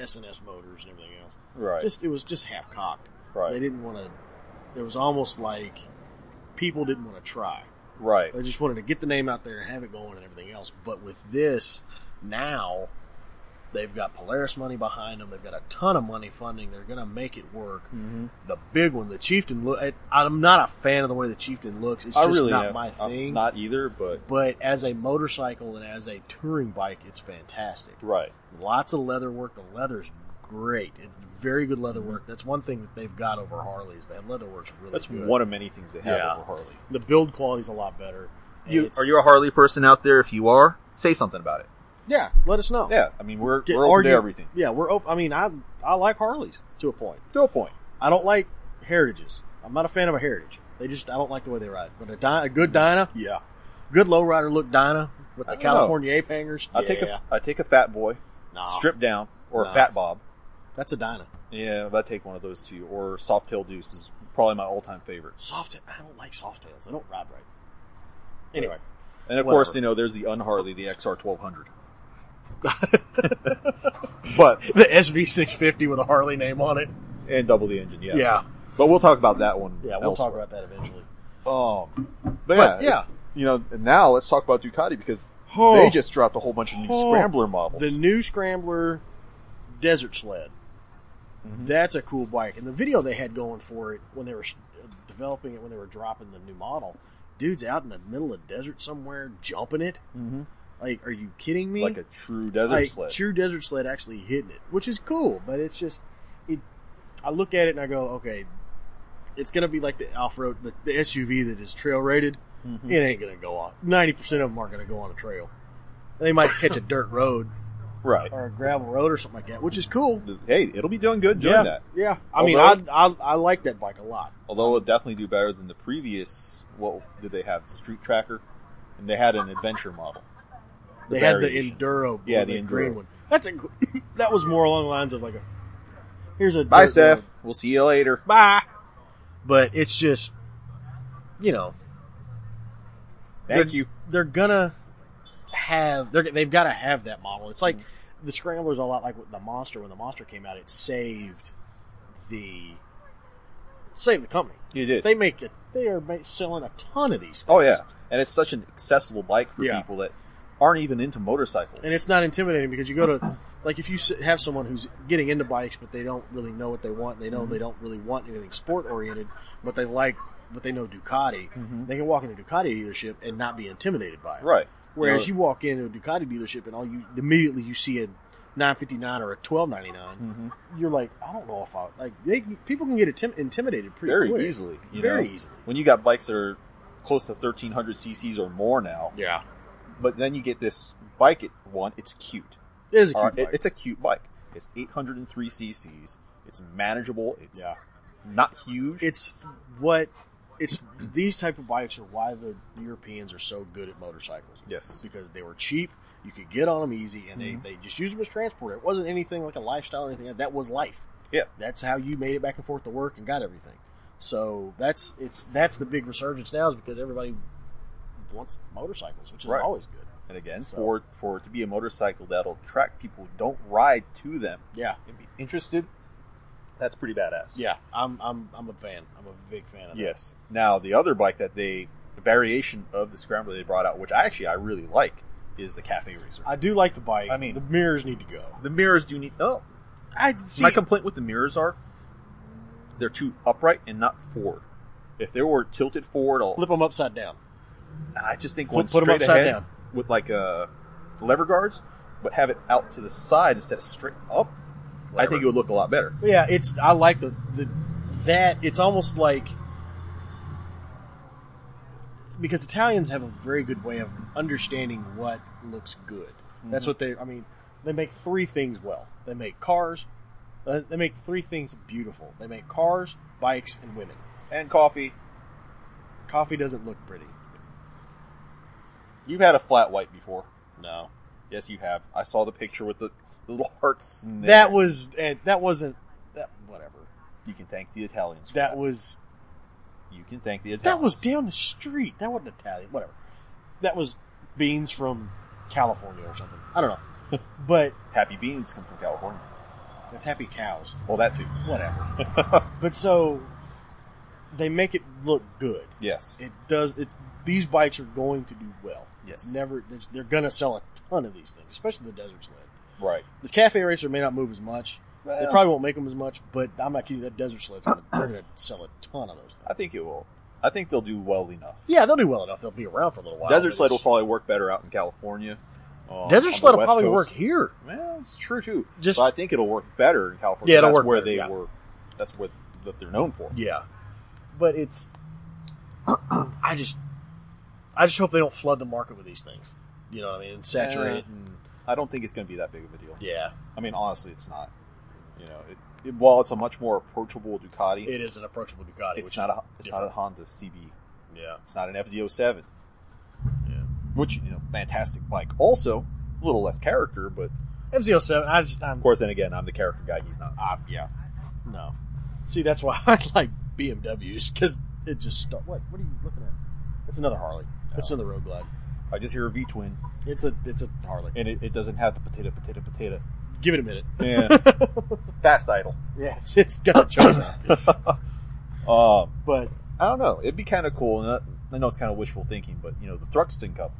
Speaker 1: SNS motors and everything else,
Speaker 2: right.
Speaker 1: just it was just half cocked.
Speaker 2: right.
Speaker 1: They didn't want to. It was almost like people didn't want to try.
Speaker 2: Right.
Speaker 1: They just wanted to get the name out there and have it going and everything else. But with this now, they've got Polaris money behind them. They've got a ton of money funding. They're going to make it work.
Speaker 2: Mm-hmm.
Speaker 1: The big one, the Chieftain. Look, I- I'm not a fan of the way the Chieftain looks. It's
Speaker 2: I
Speaker 1: just
Speaker 2: really
Speaker 1: not
Speaker 2: am.
Speaker 1: my
Speaker 2: I'm
Speaker 1: thing.
Speaker 2: not either, but
Speaker 1: but as a motorcycle and as a touring bike, it's fantastic.
Speaker 2: right.
Speaker 1: Lots of leather work. The leather's great. It's very good leather work. That's one thing that they've got over Harleys. That leather work's really
Speaker 2: That's
Speaker 1: good.
Speaker 2: one of many things they have
Speaker 1: Yeah.
Speaker 2: over Harley.
Speaker 1: The build quality's a lot better. and it's-
Speaker 2: a Harley person out there? If you are, say something about it.
Speaker 1: Yeah, let us know.
Speaker 2: Yeah, I mean we're
Speaker 1: Get-
Speaker 2: we're open
Speaker 1: argue-
Speaker 2: to everything.
Speaker 1: Yeah, we're open. I mean, I I like Harleys to a point.
Speaker 2: To a point.
Speaker 1: I don't like heritages. I'm not a fan of a heritage. They just I don't like the way they ride. But a, Dy- a good Dyna, yeah, good lowrider look Dyna with
Speaker 2: I
Speaker 1: the
Speaker 2: don't know.
Speaker 1: California ape hangers.
Speaker 2: I
Speaker 1: yeah.
Speaker 2: take a I take a fat boy,
Speaker 1: Nah,
Speaker 2: stripped down, or
Speaker 1: Nah.
Speaker 2: a fat bob.
Speaker 1: That's a Dyna.
Speaker 2: Yeah, I take one of those two, or soft tail deuce is probably my all time favorite.
Speaker 1: Soft. I don't like soft tails. They don't ride right. Anyway,
Speaker 2: And of
Speaker 1: Whatever.
Speaker 2: course, you know, there's the unharley, the XR twelve hundred. but
Speaker 1: the SV650 with a Harley name on it.
Speaker 2: and double the engine, yeah.
Speaker 1: Yeah.
Speaker 2: But we'll talk about that one.
Speaker 1: Yeah, we'll talk
Speaker 2: elsewhere.
Speaker 1: about that eventually.
Speaker 2: Um, but,
Speaker 1: But,
Speaker 2: yeah,
Speaker 1: yeah.
Speaker 2: you know, and now let's talk about Ducati because
Speaker 1: Oh.
Speaker 2: they just dropped a whole bunch of new
Speaker 1: Oh.
Speaker 2: scrambler models.
Speaker 1: The new Scrambler Desert Sled.
Speaker 2: Mm-hmm.
Speaker 1: That's a cool bike. And the video they had going for it when they were uh, developing it, when they were dropping the new model, dude's out in the middle of desert somewhere jumping it.
Speaker 2: Mhm.
Speaker 1: Like, are you kidding me?
Speaker 2: like a true desert
Speaker 1: Like,
Speaker 2: sled.
Speaker 1: True desert sled actually hitting it, which is cool, but it's just, it. I look at it and I go, okay, it's going to be like the off road, the, the SUV that is trail rated.
Speaker 2: Hmm. Mm-hmm.
Speaker 1: It ain't going to go on. 90% of them aren't going to go on a trail. They might catch a dirt road,
Speaker 2: right.
Speaker 1: or a gravel road or something like that, which is cool.
Speaker 2: Hey, it'll be doing good doing
Speaker 1: yeah,
Speaker 2: that.
Speaker 1: yeah. I mean,
Speaker 2: Although-
Speaker 1: I, I I like that bike a lot.
Speaker 2: Although it'll definitely do better than the previous. What did they have? Street Tracker, and they had an adventure model. The
Speaker 1: they had the
Speaker 2: variation.
Speaker 1: enduro,
Speaker 2: Yeah,
Speaker 1: one,
Speaker 2: the Enduro.
Speaker 1: green one. That's a, gr- that was more along the lines of like a here's a
Speaker 2: Bye,
Speaker 1: dirt
Speaker 2: Seth.
Speaker 1: road.
Speaker 2: We'll see you later.
Speaker 1: bye. But it's just you know
Speaker 2: Thank
Speaker 1: they're-
Speaker 2: you.
Speaker 1: They're gonna have they're they've got to have that model. It's like the scrambler's a lot like with the monster when the monster came out. It saved the saved the company.
Speaker 2: You did.
Speaker 1: They make it. They are ma- selling a ton of these. things.
Speaker 2: oh yeah, and it's such an accessible bike for
Speaker 1: Yeah.
Speaker 2: people that aren't even into motorcycles.
Speaker 1: and it's not intimidating because you go to like if you s- have someone who's getting into bikes but they don't really know what they want they know
Speaker 2: Mm-hmm.
Speaker 1: they don't really want anything sport oriented but they like but they know ducati they can walk into a ducati dealership and not be intimidated by it
Speaker 2: Mm-hmm. right.
Speaker 1: whereas
Speaker 2: You
Speaker 1: you walk into a ducati dealership and all you immediately you see a 959 or a 1299
Speaker 2: Mhm.
Speaker 1: you're like i don't know if i like they people can get intim- intimidated pretty
Speaker 2: very
Speaker 1: quick.
Speaker 2: easily. You
Speaker 1: very
Speaker 2: know?
Speaker 1: easily
Speaker 2: When you got bikes that are close to 1300 cc's or more now,
Speaker 1: yeah
Speaker 2: but then you get this bike at one, it's cute.
Speaker 1: it is a cute
Speaker 2: All right, Uh, it-
Speaker 1: bike.
Speaker 2: it's a cute bike. It's 803 cc's. It's manageable. It's
Speaker 1: Yeah.
Speaker 2: not huge.
Speaker 1: it's what it's these type of bikes are why the Europeans are so good at motorcycles
Speaker 2: yes.
Speaker 1: because they were cheap. You could get on them easy, and they, they just used them as transport. It wasn't anything like a lifestyle or anything. That was life.
Speaker 2: Yeah.
Speaker 1: that's how you made it back and forth to work and got everything. So that's it's that's the big resurgence now is because everybody wants motorcycles, which is
Speaker 2: Right.
Speaker 1: always good.
Speaker 2: And again,
Speaker 1: So-
Speaker 2: for for it to be a motorcycle that'll attract people who don't ride to them
Speaker 1: Yeah,
Speaker 2: and be interested, that's pretty badass.
Speaker 1: yeah, I'm I'm I'm a fan. I'm a big fan of that.
Speaker 2: Yes. Now the other bike that they the variation of the scrambler they brought out, which I actually I really like, is the cafe racer.
Speaker 1: I do like the bike.
Speaker 2: I mean-
Speaker 1: the mirrors need to go.
Speaker 2: the mirrors do need oh
Speaker 1: I see.
Speaker 2: my complaint with the mirrors are they're too upright and not forward. If they were tilted forward, I'll,
Speaker 1: flip them upside down.
Speaker 2: I just think
Speaker 1: Flip-
Speaker 2: one
Speaker 1: put 'em
Speaker 2: straight
Speaker 1: upside
Speaker 2: ahead
Speaker 1: down.
Speaker 2: with like uh, lever guards, but have it out to the side instead of straight up. I think it would look a lot better.
Speaker 1: But yeah, it's I like the, the that it's almost like because Italians have a very good way of understanding what looks good. That's what they I mean, they make three things well. They make cars, uh, they make three things beautiful. They make cars, bikes, and women.
Speaker 2: And coffee,
Speaker 1: Coffee doesn't look pretty.
Speaker 2: you've had a flat white before.
Speaker 1: No.
Speaker 2: Yes, you have. I saw the picture with the little hearts. in there.
Speaker 1: That was eh, that wasn't that whatever.
Speaker 2: you can thank the Italians. For that,
Speaker 1: That was
Speaker 2: you can thank the Italians.
Speaker 1: That was down the street. That wasn't Italian. Whatever. That was beans from California or something. I don't know. but
Speaker 2: Happy beans come from California.
Speaker 1: that's happy cows.
Speaker 2: Well, that too.
Speaker 1: Whatever. but so they make it look good.
Speaker 2: Yes,
Speaker 1: It does. It's these bikes are going to do well.
Speaker 2: Yes.
Speaker 1: It's never. there's- They're going to sell a ton of these things, especially the desert sled.
Speaker 2: right.
Speaker 1: The cafe racer may not move as much. they
Speaker 2: Well-
Speaker 1: probably won't make them as much. But I'm not kidding. That desert sled's gonna, they're going to sell a ton of those things.
Speaker 2: I think it will. I think they'll do well enough.
Speaker 1: Yeah, they'll do well enough. They'll be around for a little while.
Speaker 2: Desert
Speaker 1: but
Speaker 2: sled will
Speaker 1: it's-
Speaker 2: probably work better out in California. uh, on
Speaker 1: Desert
Speaker 2: the
Speaker 1: sled will
Speaker 2: West
Speaker 1: probably
Speaker 2: Coast.
Speaker 1: work here.
Speaker 2: Well, it's true too.
Speaker 1: Just-
Speaker 2: but I think it'll work better in California.
Speaker 1: Yeah, it'll
Speaker 2: that's
Speaker 1: work
Speaker 2: where
Speaker 1: better,
Speaker 2: they
Speaker 1: yeah.
Speaker 2: were. That's what that they're known for.
Speaker 1: Yeah, but it's I just I just hope they don't flood the market with these things. You know what I mean? And saturate
Speaker 2: Yeah.
Speaker 1: it and
Speaker 2: I don't think it's going to be that big of a deal.
Speaker 1: yeah,
Speaker 2: I mean, honestly, it's not. You know, it, it, while it's a much more approachable Ducati,
Speaker 1: it is an approachable Ducati.
Speaker 2: it's
Speaker 1: which
Speaker 2: not
Speaker 1: is
Speaker 2: a it's not a
Speaker 1: different.
Speaker 2: Honda CB.
Speaker 1: yeah
Speaker 2: It's not an FZ07,
Speaker 1: yeah.
Speaker 2: which you know, fantastic bike. Also, a little less character, but
Speaker 1: FZ07. I just I'm
Speaker 2: of course, then again, I'm the character guy. He's not.
Speaker 1: uh, yeah no. See that's why I like BMWs because it just stu- what what are you looking at? It's another Harley. It's
Speaker 2: Oh.
Speaker 1: another Road Glide.
Speaker 2: I just hear a V twin,
Speaker 1: It's a it's a Harley.
Speaker 2: and it, it doesn't have the potato, potato, potato.
Speaker 1: Give it a minute.
Speaker 2: Yeah, fast idle.
Speaker 1: yeah, it's, it's got a choke on it.
Speaker 2: Um,
Speaker 1: but
Speaker 2: I don't know. It'd be kind of cool. And I- I know it's kind of wishful thinking, but you know, the Thruxton Cup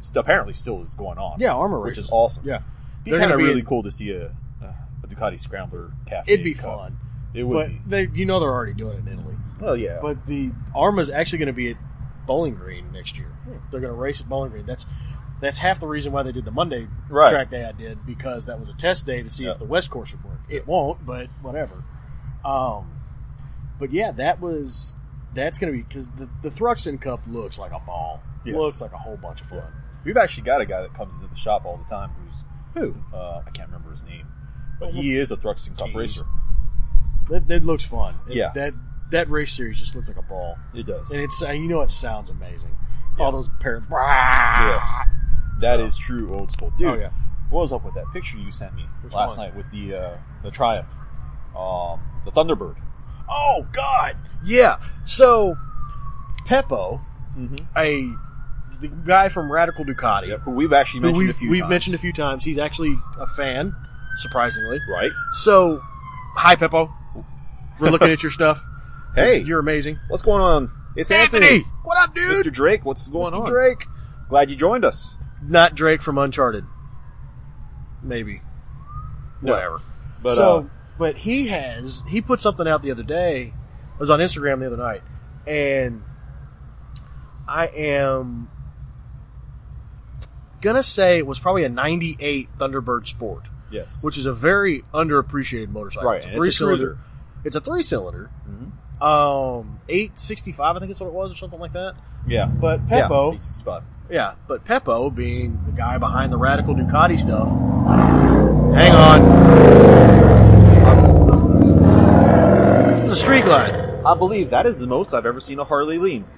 Speaker 2: st- apparently still is going on.
Speaker 1: yeah, armor
Speaker 2: which is
Speaker 1: races.
Speaker 2: awesome.
Speaker 1: yeah.
Speaker 2: It'd be
Speaker 1: They're
Speaker 2: kind of
Speaker 1: gonna be
Speaker 2: really
Speaker 1: in-
Speaker 2: cool to see a, a Ducati Scrambler cafe.
Speaker 1: It'd be
Speaker 2: Cup.
Speaker 1: fun.
Speaker 2: It would.
Speaker 1: But
Speaker 2: be.
Speaker 1: they, you know they're already doing it in Italy.
Speaker 2: Well, yeah.
Speaker 1: But the Arma's actually going to be at Bowling Green next year.
Speaker 2: Hmm.
Speaker 1: They're going to race at Bowling Green. That's that's half the reason why they did the Monday
Speaker 2: Right.
Speaker 1: track day I did because that was a test day to see
Speaker 2: Yeah.
Speaker 1: if the West course would work. It won't, but whatever. Um, but yeah, that was that's going to be because the the Thruxton Cup looks like a ball.
Speaker 2: Yes.
Speaker 1: Looks like a whole bunch of fun.
Speaker 2: We've actually got a guy that comes into the shop all the time who's
Speaker 1: Who?
Speaker 2: uh, I can't remember his name, but he is a Thruxton Cup
Speaker 1: Jeez.
Speaker 2: racer.
Speaker 1: That, that looks fun. It-
Speaker 2: Yeah.
Speaker 1: That that race series just looks like a ball.
Speaker 2: It does.
Speaker 1: And it's and you know it sounds amazing.
Speaker 2: Yeah.
Speaker 1: All those parents.
Speaker 2: yes, that
Speaker 1: So-
Speaker 2: is true old school, dude.
Speaker 1: Oh, yeah.
Speaker 2: What was up with that picture you sent me
Speaker 1: Which
Speaker 2: last
Speaker 1: one?
Speaker 2: night with the uh, the Triumph, um, the Thunderbird?
Speaker 1: Oh God, yeah. So Peppo,
Speaker 2: Mm-hmm.
Speaker 1: a the guy from Radical Ducati,
Speaker 2: Who we've actually
Speaker 1: who
Speaker 2: mentioned
Speaker 1: we've,
Speaker 2: a few
Speaker 1: we've
Speaker 2: times.
Speaker 1: mentioned a few times. He's actually a fan, surprisingly.
Speaker 2: right?
Speaker 1: So, hi Peppo, we're looking at your stuff.
Speaker 2: Hey.
Speaker 1: you're amazing,
Speaker 2: What's going on? It's Anthony,
Speaker 1: What up, dude?
Speaker 2: Mr. Drake. What's going
Speaker 1: Mr.
Speaker 2: on?
Speaker 1: Drake,
Speaker 2: Glad you joined us.
Speaker 1: not Drake from Uncharted. Maybe,
Speaker 2: No.
Speaker 1: whatever.
Speaker 2: But
Speaker 1: so,
Speaker 2: uh,
Speaker 1: but he has he put something out the other day. It was on Instagram the other night, and I am gonna say it was probably a '98 Thunderbird Sport,
Speaker 2: yes,
Speaker 1: which is a very underappreciated motorcycle.
Speaker 2: Right,
Speaker 1: it's a
Speaker 2: and it's a
Speaker 1: three-cylinder.
Speaker 2: cruiser.
Speaker 1: It's a three-cylinder,
Speaker 2: Mhm.
Speaker 1: um, eight sixty-five, I think is what it was, or something like that.
Speaker 2: yeah,
Speaker 1: But
Speaker 2: yeah,
Speaker 1: Peppo,
Speaker 2: B65.
Speaker 1: yeah, but Peppo, being the guy behind the radical Ducati stuff, hang on. It's a street glide.
Speaker 2: I believe that is the most I've ever seen a Harley lean.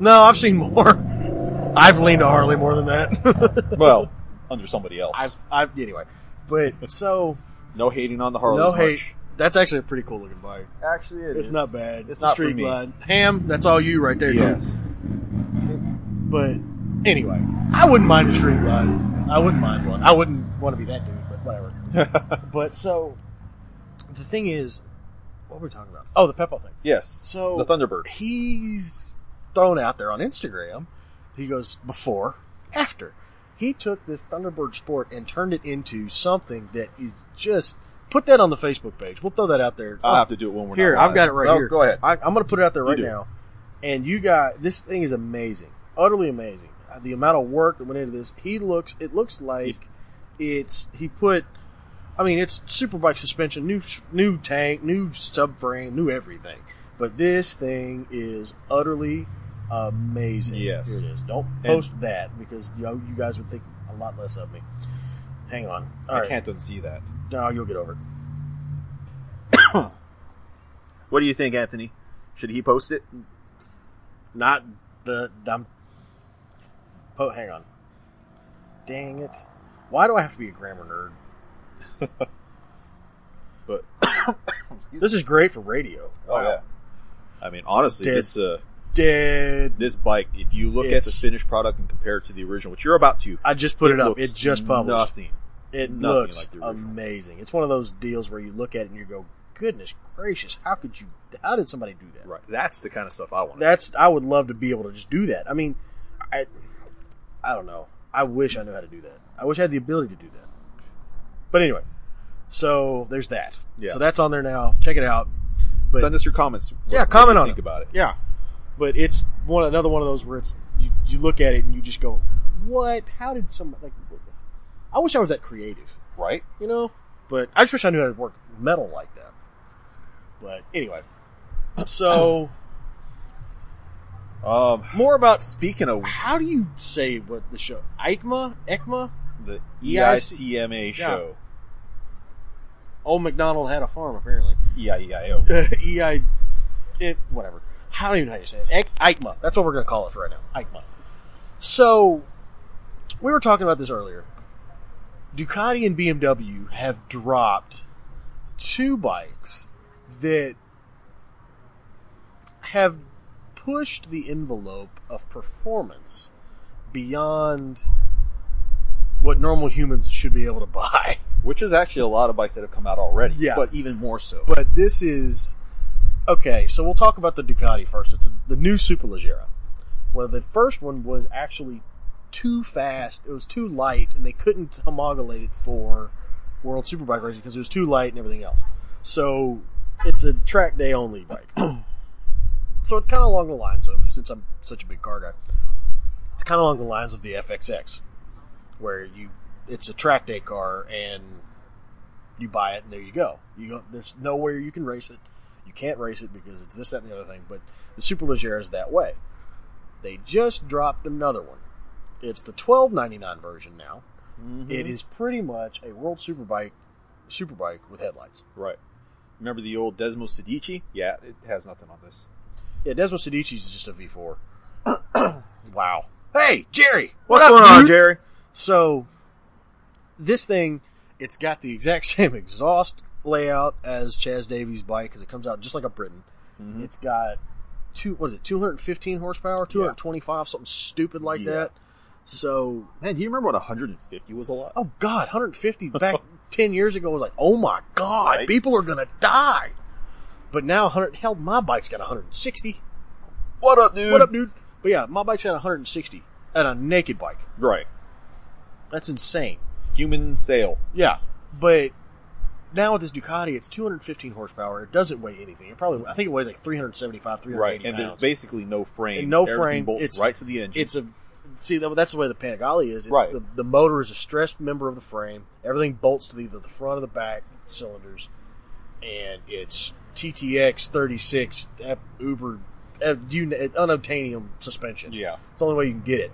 Speaker 1: No, I've seen more. I've leaned a Harley more than that.
Speaker 2: well, under somebody else.
Speaker 1: I've, I've anyway, but so
Speaker 2: No hating on the Harley.
Speaker 1: no hate. That's actually a pretty cool looking bike.
Speaker 2: Actually, it
Speaker 1: It's
Speaker 2: is.
Speaker 1: not bad. It's
Speaker 2: not for
Speaker 1: street
Speaker 2: me.
Speaker 1: glide. Ham, that's all you right there. dude.
Speaker 2: Yes.
Speaker 1: But anyway, I wouldn't mind a street glide. I wouldn't mind one. I wouldn't want to be that dude, but whatever. But so the thing is, what were we talking about? Oh, the Pepo thing.
Speaker 2: yes.
Speaker 1: So-
Speaker 2: the Thunderbird.
Speaker 1: He's thrown out there on Instagram. He goes before, after. He took this Thunderbird sport and turned it into something that is just put that on the Facebook page. We'll throw that out there.
Speaker 2: I'll have to do it when we're
Speaker 1: Here,
Speaker 2: not
Speaker 1: I've
Speaker 2: live.
Speaker 1: got it right
Speaker 2: No,
Speaker 1: here.
Speaker 2: Go ahead.
Speaker 1: I, I'm going to put it out there right
Speaker 2: do.
Speaker 1: now. And you got this thing is amazing, utterly amazing. Uh, The amount of work that went into this. He looks. It looks like it's he put. I mean, it's superbike suspension, new new tank, new subframe, new everything. But this thing is utterly amazing.
Speaker 2: Yes.
Speaker 1: here it is. Don't
Speaker 2: And-
Speaker 1: post that because you know, you guys would think a lot less of me. Hang on. All
Speaker 2: I
Speaker 1: right.
Speaker 2: can't unsee that.
Speaker 1: No, you'll get over it.
Speaker 3: What do you think, Anthony? Should he post it?
Speaker 1: Not the dumb. Oh, hang on. Dang it! Why do I have to be a grammar nerd?
Speaker 2: But
Speaker 1: This is great for radio.
Speaker 2: oh yeah. I mean, honestly,
Speaker 1: Dead.
Speaker 2: this uh,
Speaker 1: Did
Speaker 2: this bike. If you look at the
Speaker 1: It's-
Speaker 2: finished product and compare it to the original, which you're about to,
Speaker 1: I just put it, up?
Speaker 2: looks
Speaker 1: It just published.
Speaker 2: Nothing.
Speaker 1: it
Speaker 2: nothing
Speaker 1: looks
Speaker 2: like the original.
Speaker 1: amazing. It's one of those deals where you look at it and you go, "Goodness gracious, how could you? How did somebody do that?"
Speaker 2: Right. That's the kind of stuff I want.
Speaker 1: That's I would love to be able to just do that. I mean, I I don't know. I wish I knew how to do that. I wish I had the ability to do that. But anyway, so there's that.
Speaker 2: Yeah.
Speaker 1: So that's on there now. Check it out. But
Speaker 2: Send us your comments. What-
Speaker 1: yeah,
Speaker 2: what
Speaker 1: comment
Speaker 2: you
Speaker 1: on
Speaker 2: think
Speaker 1: it.
Speaker 2: about it.
Speaker 1: Yeah. But it's one another one of those where it's you, you look at it and you just go, "What? How did somebody like what the-" I wish I was that creative,
Speaker 2: Right.
Speaker 1: you know? But I just wish I knew how to work metal like that. But anyway. So
Speaker 2: Um,
Speaker 1: more about
Speaker 2: speaking of
Speaker 1: how do you say what the show? EICMA? ECMA?
Speaker 2: the
Speaker 1: E
Speaker 2: E
Speaker 1: EIC
Speaker 2: EICMA show,
Speaker 1: Old McDonald had a farm, apparently.
Speaker 2: E EIEIO.
Speaker 1: EI. E It, whatever. I don't even know how you say it. Eik- EICMA. That's what we're going to call it for right now. EICMA. So, we were talking about this earlier. Ducati and BMW have dropped two bikes that have pushed the envelope of performance beyond what normal humans should be able to buy.
Speaker 2: which is actually a lot of bikes that have come out already.
Speaker 1: Yeah.
Speaker 2: but even more so.
Speaker 1: But this is okay. So we'll talk about the Ducati first. It's the new Superleggera, where the first one was actually too fast. It was too light, and they couldn't homologate it for World Superbike racing because it was too light and everything else. So it's a track day only bike. so it's kind of along the lines of since I'm such a big car guy, it's kind of along the lines of the FXX, where you it's a track day car and you buy it and there you go. You go. There's nowhere you can race it. You can't race it because it's this, that, and the other thing. But the Superleggera is that way. They just dropped another one. It's the twelve ninety nine version now. It is pretty much a World Superbike Superbike with headlights.
Speaker 2: right. Remember the old Desmo Sedici? Yeah, it has nothing on this.
Speaker 1: Yeah, Desmond Sedici's just a V four. wow. Hey, Jerry,
Speaker 3: What's
Speaker 1: what up,
Speaker 3: going on,
Speaker 1: dude?
Speaker 3: Jerry?
Speaker 1: So this thing, it's got the exact same exhaust layout as Chaz Davies' bike because it comes out just like a Britain.
Speaker 3: Mm-hmm.
Speaker 1: It's got two what is it, two hundred and fifteen horsepower, two hundred twenty five, something stupid like
Speaker 2: Yeah.
Speaker 1: that. So
Speaker 2: Man, do you remember when 150 was a lot?
Speaker 1: oh god, 150 back 10 years ago was like, oh my god,
Speaker 2: Right.
Speaker 1: people are gonna die. But now 100 hell, my bike's got 160.
Speaker 3: What up, dude?
Speaker 1: What up, dude? But yeah, my bike's at 160 at a naked bike.
Speaker 2: Right.
Speaker 1: That's insane.
Speaker 2: Human sail.
Speaker 1: Yeah, but now with this Ducati, it's 215 horsepower. It doesn't weigh anything. It probably, I think it weighs like 375, 380
Speaker 2: And there's
Speaker 1: pounds.
Speaker 2: basically no frame.
Speaker 1: And no
Speaker 2: Everything
Speaker 1: frame.
Speaker 2: Bolts
Speaker 1: It's-
Speaker 2: right to the engine.
Speaker 1: it's a see that, that's the way the Panigale is. It's
Speaker 2: Right.
Speaker 1: The, the motor is a stressed member of the frame. Everything bolts to either the front or the back cylinders, and it's TTX 36 ep- Uber ep- un- unobtainium suspension.
Speaker 2: yeah.
Speaker 1: It's the only way you can get it.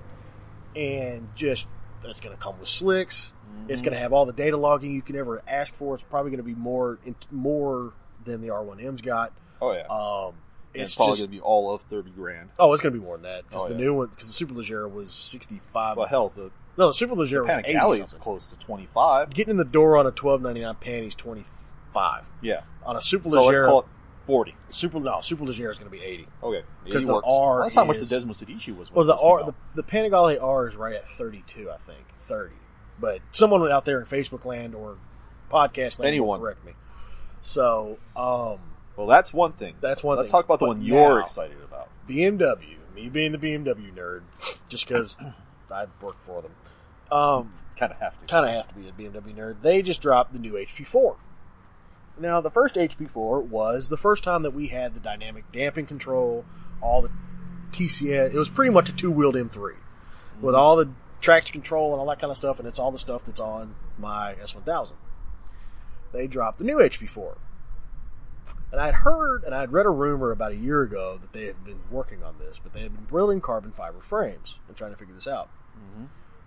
Speaker 1: And just that's going to come with slicks. It's
Speaker 2: Mm-hmm.
Speaker 1: going to have all the data logging you can ever ask for. It's probably going to be more in- more than the R1M's got.
Speaker 2: Oh yeah.
Speaker 1: Um,
Speaker 2: and
Speaker 1: it's
Speaker 2: it's probably
Speaker 1: just
Speaker 2: gonna be all of 30 grand.
Speaker 1: oh, it's going to be more than that because
Speaker 2: Oh,
Speaker 1: the
Speaker 2: yeah.
Speaker 1: new one because the Superleggera was sixty five.
Speaker 2: Well, hell, the
Speaker 1: No, the superleggero was
Speaker 2: Panic
Speaker 1: eighty
Speaker 2: Alley is
Speaker 1: something.
Speaker 2: close to 25.
Speaker 1: Getting in the door on a twelve ninety nine panties twenty five.
Speaker 2: Yeah.
Speaker 1: On a
Speaker 2: So let's
Speaker 1: superleggero,
Speaker 2: call it 40.
Speaker 1: super no superleggero is going to be eighty.
Speaker 2: Okay.
Speaker 1: 'Cause
Speaker 2: It
Speaker 1: the
Speaker 2: works.
Speaker 1: R
Speaker 2: That's how much the
Speaker 1: is-
Speaker 2: Desmos Medici was.
Speaker 1: Well,
Speaker 2: when
Speaker 1: the
Speaker 2: it first came
Speaker 1: R
Speaker 2: out.
Speaker 1: the, the Panigale R is right at thirty two, I think thirty. But someone out there in Facebook land or podcast land, will
Speaker 2: Anyone.
Speaker 1: correct me. So um,
Speaker 2: Well, that's one thing.
Speaker 1: That's one
Speaker 2: Let's
Speaker 1: thing.
Speaker 2: talk about the
Speaker 1: But
Speaker 2: one you're
Speaker 1: now-
Speaker 2: excited about.
Speaker 1: BMW, me being the BMW nerd, just because I work for them, um,
Speaker 2: Kind of have to.
Speaker 1: kind of have to be a BMW nerd. They just dropped the new HP4. Now, the first HP4 was the first time that we had the dynamic damping control, all the TCS. It was pretty much a two wheeled M3 with all the traction control and all that kind of stuff, and it's all the stuff that's on my S1000. They dropped the new HP4. And I'd heard and I'd read a rumor about a year ago that they had been working on this, but they had been building carbon fiber frames and trying to figure this out.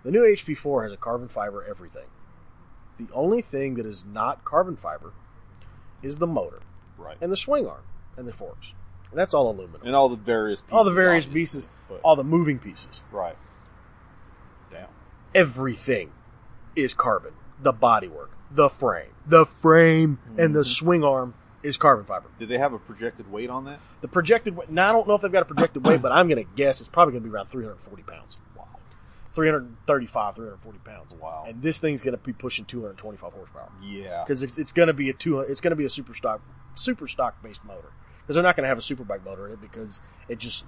Speaker 1: The new HP4 has a carbon fiber everything. The only thing that is not carbon fiber is the motor
Speaker 2: Right.
Speaker 1: and the swing arm and the forks. And that's all aluminum.
Speaker 2: And all the various pieces.
Speaker 1: all the various
Speaker 2: obviously,
Speaker 1: pieces,
Speaker 2: but-
Speaker 1: all the moving pieces.
Speaker 2: right. Damn.
Speaker 1: Everything is carbon. The bodywork, the frame, the frame, and the
Speaker 2: Mm-hmm.
Speaker 1: swing arm is carbon fiber.
Speaker 2: Did they have a projected weight on that?
Speaker 1: The projected weight, now I don't know if they've got a projected weight, but I'm going to guess it's probably going to be around 340 pounds.
Speaker 2: Wow.
Speaker 1: 335, 340 pounds.
Speaker 2: Wow.
Speaker 1: And this thing's going to be pushing 225 horsepower.
Speaker 2: Yeah.
Speaker 1: because it's, it's going to be a two. It's going to be a super stock, super stock based motor because they're not going to have a super bike motor in it because it just,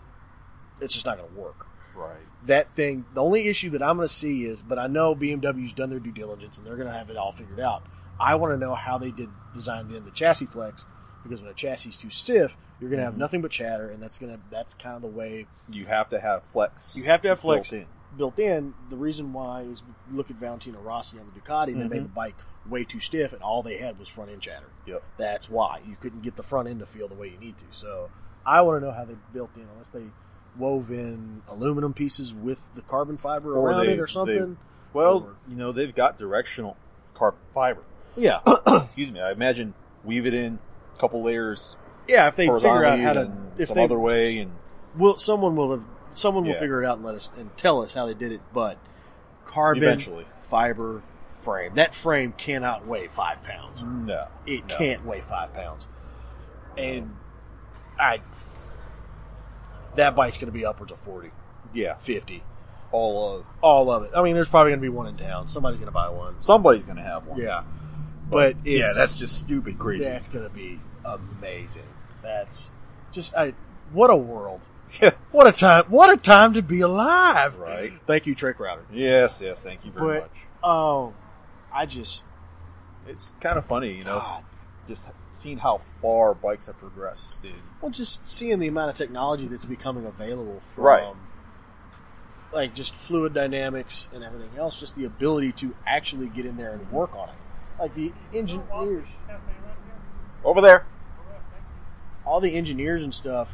Speaker 1: it's just not going to work.
Speaker 2: Right.
Speaker 1: That thing. The only issue that I'm going to see is, but I know BMW's done their due diligence and they're going to have it all figured out. I want to know how they did designed in the chassis flex because when a chassis is too stiff, you're going to
Speaker 2: Mm-hmm.
Speaker 1: have nothing but chatter, and that's going to that's kind of the way
Speaker 2: You have to have flex.
Speaker 1: You have to have flex.
Speaker 2: built in.
Speaker 1: built in. The reason why is look at Valentino Rossi on the Ducati. They
Speaker 2: Mm-hmm.
Speaker 1: made the bike way too stiff, and all they had was front end chatter.
Speaker 2: Yep.
Speaker 1: That's why you couldn't get the front end to feel the way you need to. So I want to know how they built in, unless they wove in aluminum pieces with the carbon fiber
Speaker 2: Or
Speaker 1: around
Speaker 2: they-
Speaker 1: it or something.
Speaker 2: Well,
Speaker 1: Or-
Speaker 2: you know they've got directional carbon fiber.
Speaker 1: yeah,
Speaker 2: Excuse me. I imagine weave it in a couple layers
Speaker 1: yeah. If they figure out
Speaker 2: horizontally
Speaker 1: how to,
Speaker 2: and
Speaker 1: if
Speaker 2: some
Speaker 1: they
Speaker 2: other way, and
Speaker 1: will, someone will have, someone will
Speaker 2: Yeah.
Speaker 1: figure it out and let us and tell us how they did it. But carbon
Speaker 2: Eventually.
Speaker 1: fiber frame. That frame cannot weigh five pounds.
Speaker 2: no,
Speaker 1: It
Speaker 2: no.
Speaker 1: can't weigh five pounds. And I, that bike's going to be upwards of 40,
Speaker 2: Yeah,
Speaker 1: 50,
Speaker 2: all of
Speaker 1: all of it. I mean, there's probably going to be one in town. Somebody's going to buy one.
Speaker 2: somebody's going to have one.
Speaker 1: Yeah. But it's,
Speaker 3: yeah, that's just stupid crazy.
Speaker 1: that's going to be amazing. That's just, I, what a world.
Speaker 2: Yeah.
Speaker 1: What a time. What a time to be alive.
Speaker 2: Right.
Speaker 1: Thank you, Trick Router.
Speaker 2: Yes, yes. Thank you very
Speaker 1: But-
Speaker 2: much.
Speaker 1: Um, I just,
Speaker 2: It's kind of funny, you know,
Speaker 1: God.
Speaker 2: just seeing how far bikes have progressed. Dude.
Speaker 1: Well, just seeing the amount of technology that's becoming available from,
Speaker 2: Right.
Speaker 1: like just fluid dynamics and everything else, just the ability to actually get in there and work on it. Like the engineers,
Speaker 2: Over there,
Speaker 1: all the engineers and stuff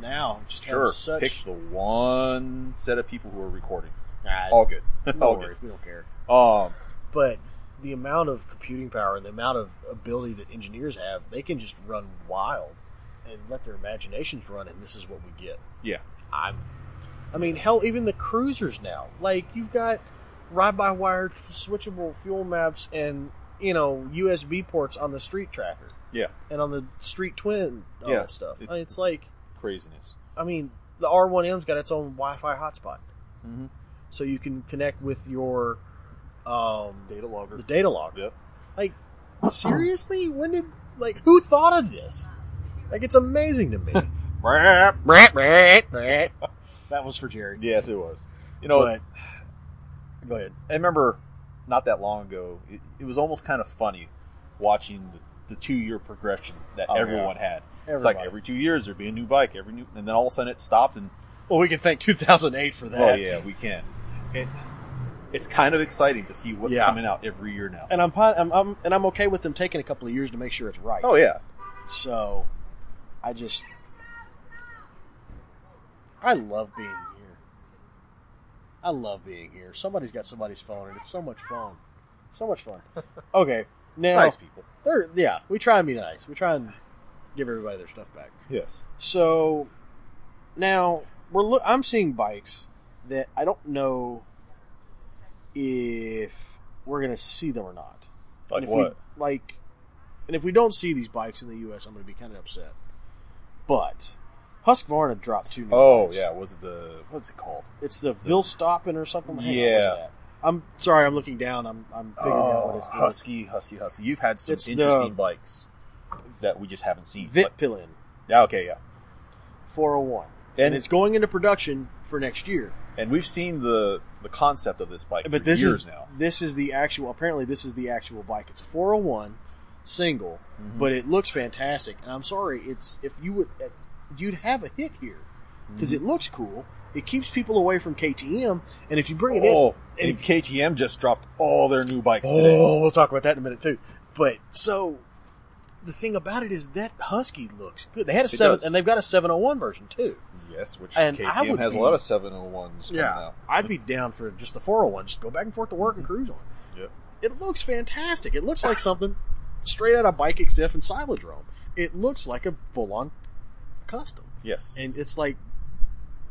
Speaker 1: now just
Speaker 2: sure.
Speaker 1: have such.
Speaker 2: Pick the one set of people who are recording.
Speaker 1: Nah,
Speaker 2: All good.
Speaker 1: no
Speaker 2: all
Speaker 1: worries, we don't care.
Speaker 2: good. Um,
Speaker 1: But the amount of computing power and the amount of ability that engineers have, they can just run wild and let their imaginations run, and this is what we get.
Speaker 2: yeah.
Speaker 1: I'm. I mean, hell, even the cruisers now. Like you've got ride-by-wire f- switchable fuel maps and you know USB ports on the street tracker
Speaker 2: Yeah.
Speaker 1: and on the street twin. All
Speaker 2: Yeah,
Speaker 1: that stuff. It's,
Speaker 2: it's-
Speaker 1: it's like
Speaker 2: Craziness.
Speaker 1: I mean, the R1M's got its own Wi-Fi hotspot,
Speaker 2: Mhm.
Speaker 1: so you can connect with your um,
Speaker 2: Data logger.
Speaker 1: the data log.
Speaker 2: Yep.
Speaker 1: Like seriously, when did like who thought of this? Like it's amazing to me. that was for Jerry.
Speaker 2: yes, it was. You know,
Speaker 1: But- Go ahead.
Speaker 2: I remember not that long ago, it, it was almost kind of funny watching the, the two year progression that
Speaker 1: Oh, yeah.
Speaker 2: everyone had. It's like
Speaker 1: Everybody.
Speaker 2: every two years there'd be a new bike, every new, and then all of a sudden it stopped, and
Speaker 1: Well, we can thank 2008 for that.
Speaker 2: oh yeah, we can. It, it's kind of exciting to see what's
Speaker 1: Yeah.
Speaker 2: coming out every year now.
Speaker 1: And I'm, pi- I'm, I'm and I'm okay with them taking a couple of years to make sure it's right.
Speaker 2: Oh yeah,
Speaker 1: So, I just I love being here. I love being here. Somebody's got somebody's phone, and it's so much fun. So much fun. Okay, now
Speaker 2: nice people.
Speaker 1: they're yeah. We try and be nice. We try and give everybody their stuff back.
Speaker 2: Yes,
Speaker 1: So now we're look. I'm seeing bikes that I don't know if we're going to see them or not. And
Speaker 2: Like
Speaker 1: if
Speaker 2: what?
Speaker 1: We, like, and if we don't see these bikes in the U.S., I'm going to be kind of upset. But Husqvarna dropped two. New
Speaker 2: Oh
Speaker 1: bikes.
Speaker 2: yeah, was it the what's it called?
Speaker 1: it's the Vilstoppen or something. Hang on,
Speaker 2: Yeah. Oh,
Speaker 1: what's that? I'm sorry, I'm looking down. I'm I'm figuring out what it's the
Speaker 2: Uh, Husky, Husky, Husky. You've had some
Speaker 1: It's
Speaker 2: interesting
Speaker 1: the-
Speaker 2: bikes that we just haven't seen. but-
Speaker 1: Vitpilin
Speaker 2: yeah, okay, yeah.
Speaker 1: 401,
Speaker 2: And-
Speaker 1: and it's going into production for next year.
Speaker 2: And we've seen the the concept of this bike
Speaker 1: but
Speaker 2: for
Speaker 1: this
Speaker 2: years
Speaker 1: is
Speaker 2: now.
Speaker 1: this is the actual apparently this is the actual bike it's a 401 single
Speaker 2: Mm-hmm.
Speaker 1: but it looks fantastic and i'm sorry it's if you would uh, you'd have a hit here because
Speaker 2: Mm-hmm.
Speaker 1: it looks cool it keeps people away from ktm and if you bring it
Speaker 2: Oh,
Speaker 1: in and
Speaker 2: and
Speaker 1: if,
Speaker 2: KTM just dropped all their new bikes today.
Speaker 1: oh we'll talk about that in a minute too but so the thing about it is that husky looks good they had a
Speaker 2: It
Speaker 1: seven
Speaker 2: does.
Speaker 1: and they've got a 701 version too
Speaker 2: Yes, which
Speaker 1: And I
Speaker 2: KTM
Speaker 1: would
Speaker 2: has
Speaker 1: be-
Speaker 2: a lot of 701s coming out.
Speaker 1: i'd be down for just the 401 just go back and forth to work
Speaker 2: Mm-hmm.
Speaker 1: and cruise on it
Speaker 2: Yep.
Speaker 1: It looks fantastic. It looks like something straight out of Bike XF and Silodrome. It looks like a full on custom.
Speaker 2: Yes.
Speaker 1: And it's like,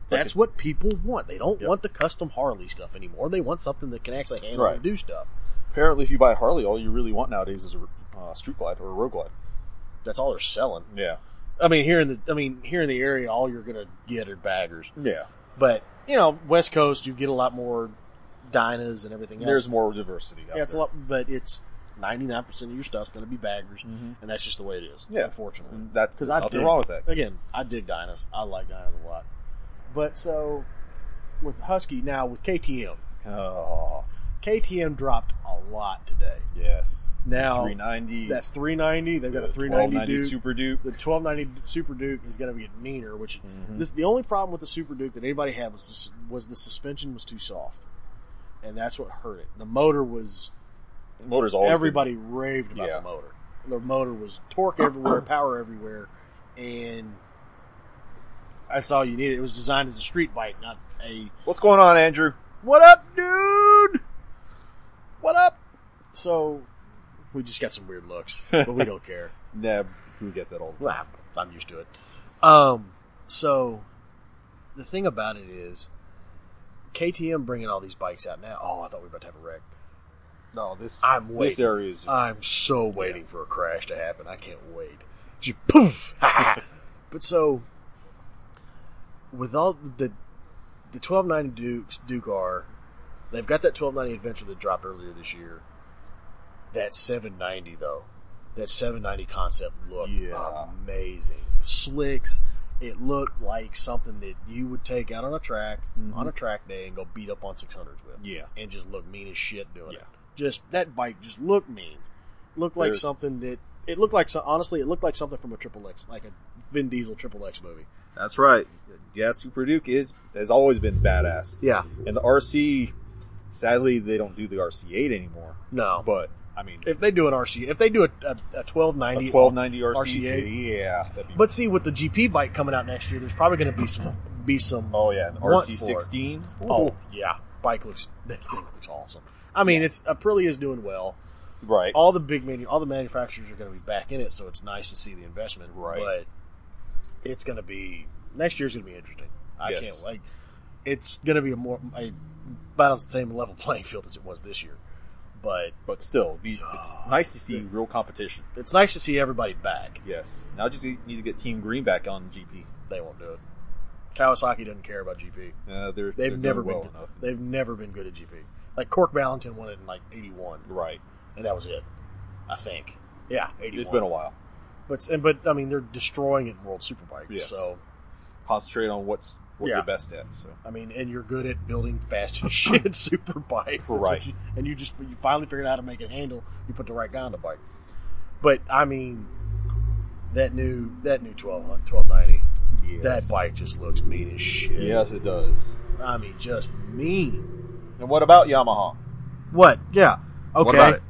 Speaker 1: that's
Speaker 2: a-
Speaker 1: what people want. They don't
Speaker 2: Yep.
Speaker 1: want the custom Harley stuff anymore. They want something that can actually handle
Speaker 2: Right.
Speaker 1: and do stuff.
Speaker 2: Apparently, if you buy a Harley, all you really want nowadays is a uh, street glide or a road glide.
Speaker 1: That's all they're selling.
Speaker 2: Yeah.
Speaker 1: I mean, here in the I mean, here in the area, all you're gonna get are baggers.
Speaker 2: Yeah.
Speaker 1: But you know, West Coast, you get a lot more dinas and everything else.
Speaker 2: There's more diversity. Out
Speaker 1: yeah, it's a
Speaker 2: there.
Speaker 1: lot, but it's ninety nine percent of your stuff's gonna be baggers, and that's just the way it is.
Speaker 2: Yeah.
Speaker 1: unfortunately.
Speaker 2: And That's
Speaker 1: because
Speaker 2: because
Speaker 1: I
Speaker 2: nothing
Speaker 1: dig-
Speaker 2: wrong with that.
Speaker 1: Again, I dig dinos. I like dinos a lot. But so with Husky now with KTM,
Speaker 2: Oh,
Speaker 1: KTM dropped a lot today.
Speaker 2: yes.
Speaker 1: Now
Speaker 2: 390s.
Speaker 1: that 390, they've got a
Speaker 2: the
Speaker 1: 390
Speaker 2: 1290
Speaker 1: Duke.
Speaker 2: Super Duke.
Speaker 1: the 1290 Super Duke is going to get meaner. Which
Speaker 2: Mm-hmm.
Speaker 1: this the only problem with the Super Duke that anybody had was this, was the suspension was too soft, and that's what hurt it. The motor was
Speaker 2: The motor's always
Speaker 1: everybody raved about
Speaker 2: Yeah.
Speaker 1: the motor. The motor was torque everywhere, power everywhere, and that's all you needed. It was designed as a street bike, not a
Speaker 2: been- What's going on, Andrew?
Speaker 1: what up, dude? What up? So we just got some weird looks, but we don't care.
Speaker 2: Nah, we get that all the time.
Speaker 1: Well, I'm, I'm used to it. Um, so the thing about it is, KTM bringing all these bikes out now. Oh, I thought we were about to have a wreck.
Speaker 2: No, this
Speaker 1: I'm
Speaker 2: this
Speaker 1: waiting. Uh,
Speaker 2: area is just
Speaker 1: I'm so waiting for a crash to happen. I can't wait. Just poof. but so, with all the the 1290 Dukes Duke R, they've got that 1290 Adventure that dropped earlier this year. That 790 though, that 790 concept looked
Speaker 2: Yeah.
Speaker 1: amazing. Slicks. It looked like something that you would take out on a track
Speaker 2: Mhm.
Speaker 1: on a track day and go beat up on 600s with
Speaker 2: yeah.
Speaker 1: and just look mean as shit doing it.
Speaker 2: Yeah.
Speaker 1: Just that bike just looked mean. Looked like
Speaker 2: There's-
Speaker 1: something that it looked like. so- Honestly, it looked like something from a Triple X, like a Vin Diesel Triple X movie.
Speaker 2: That's right. Yeah, Super Duke is has always been badass,
Speaker 1: Yeah.
Speaker 2: and the RC. Sadly, they don't do the RC8 anymore.
Speaker 1: No, but
Speaker 2: But I mean,
Speaker 1: if they do an RC, if they do a, a, a twelve
Speaker 2: a
Speaker 1: ninety,
Speaker 2: 1290
Speaker 1: RC8.
Speaker 2: RC8, yeah. that'd be-
Speaker 1: But see, with the GP bike coming out next year, there's probably going to be some be some.
Speaker 2: oh yeah, an
Speaker 1: want
Speaker 2: RC16.
Speaker 1: Oh, yeah, bike looks that thing looks awesome. I mean, it's Aprilia's doing well.
Speaker 2: right.
Speaker 1: all the big manu- all the manufacturers are going to be back in it, so it's nice to see the investment.
Speaker 2: Right.
Speaker 1: But it's going to be next year's going to be interesting. I
Speaker 2: Yes.
Speaker 1: can't like. It's going to be a more a, about on the same level playing field as it was this year, but
Speaker 2: But still, be, it's
Speaker 1: Ah.
Speaker 2: nice to see real competition.
Speaker 1: it's nice to see everybody back.
Speaker 2: Yes. Now just need need to get Team Green back on GP.
Speaker 1: They won't do it. Kawasaki doesn't care about GP.
Speaker 2: Uh, they're
Speaker 1: They've
Speaker 2: they're
Speaker 1: never
Speaker 2: doing well
Speaker 1: been
Speaker 2: enough.
Speaker 1: they've never been good at GP. Like Cork Valentin won it in like eighty one,
Speaker 2: right.
Speaker 1: and that was it. I think. Yeah, eighty one.
Speaker 2: It's been a while.
Speaker 1: but and- but I mean they're destroying it in World Superbike.
Speaker 2: Yes.
Speaker 1: So
Speaker 2: Concentrate on what's what
Speaker 1: Yeah.
Speaker 2: you're best at. So
Speaker 1: I mean, and you're good at building fast as shit super bikes, That's what
Speaker 2: Right.
Speaker 1: you- and you just you finally figured out how to make it handle. You put the right guy on the bike. But I mean, that new that new 1200, 1290,
Speaker 2: yes.
Speaker 1: that bike just looks mean as shit.
Speaker 2: Yes, it does.
Speaker 1: I mean, just mean.
Speaker 2: And what about Yamaha?
Speaker 1: What? Yeah. Okay.
Speaker 3: What about it?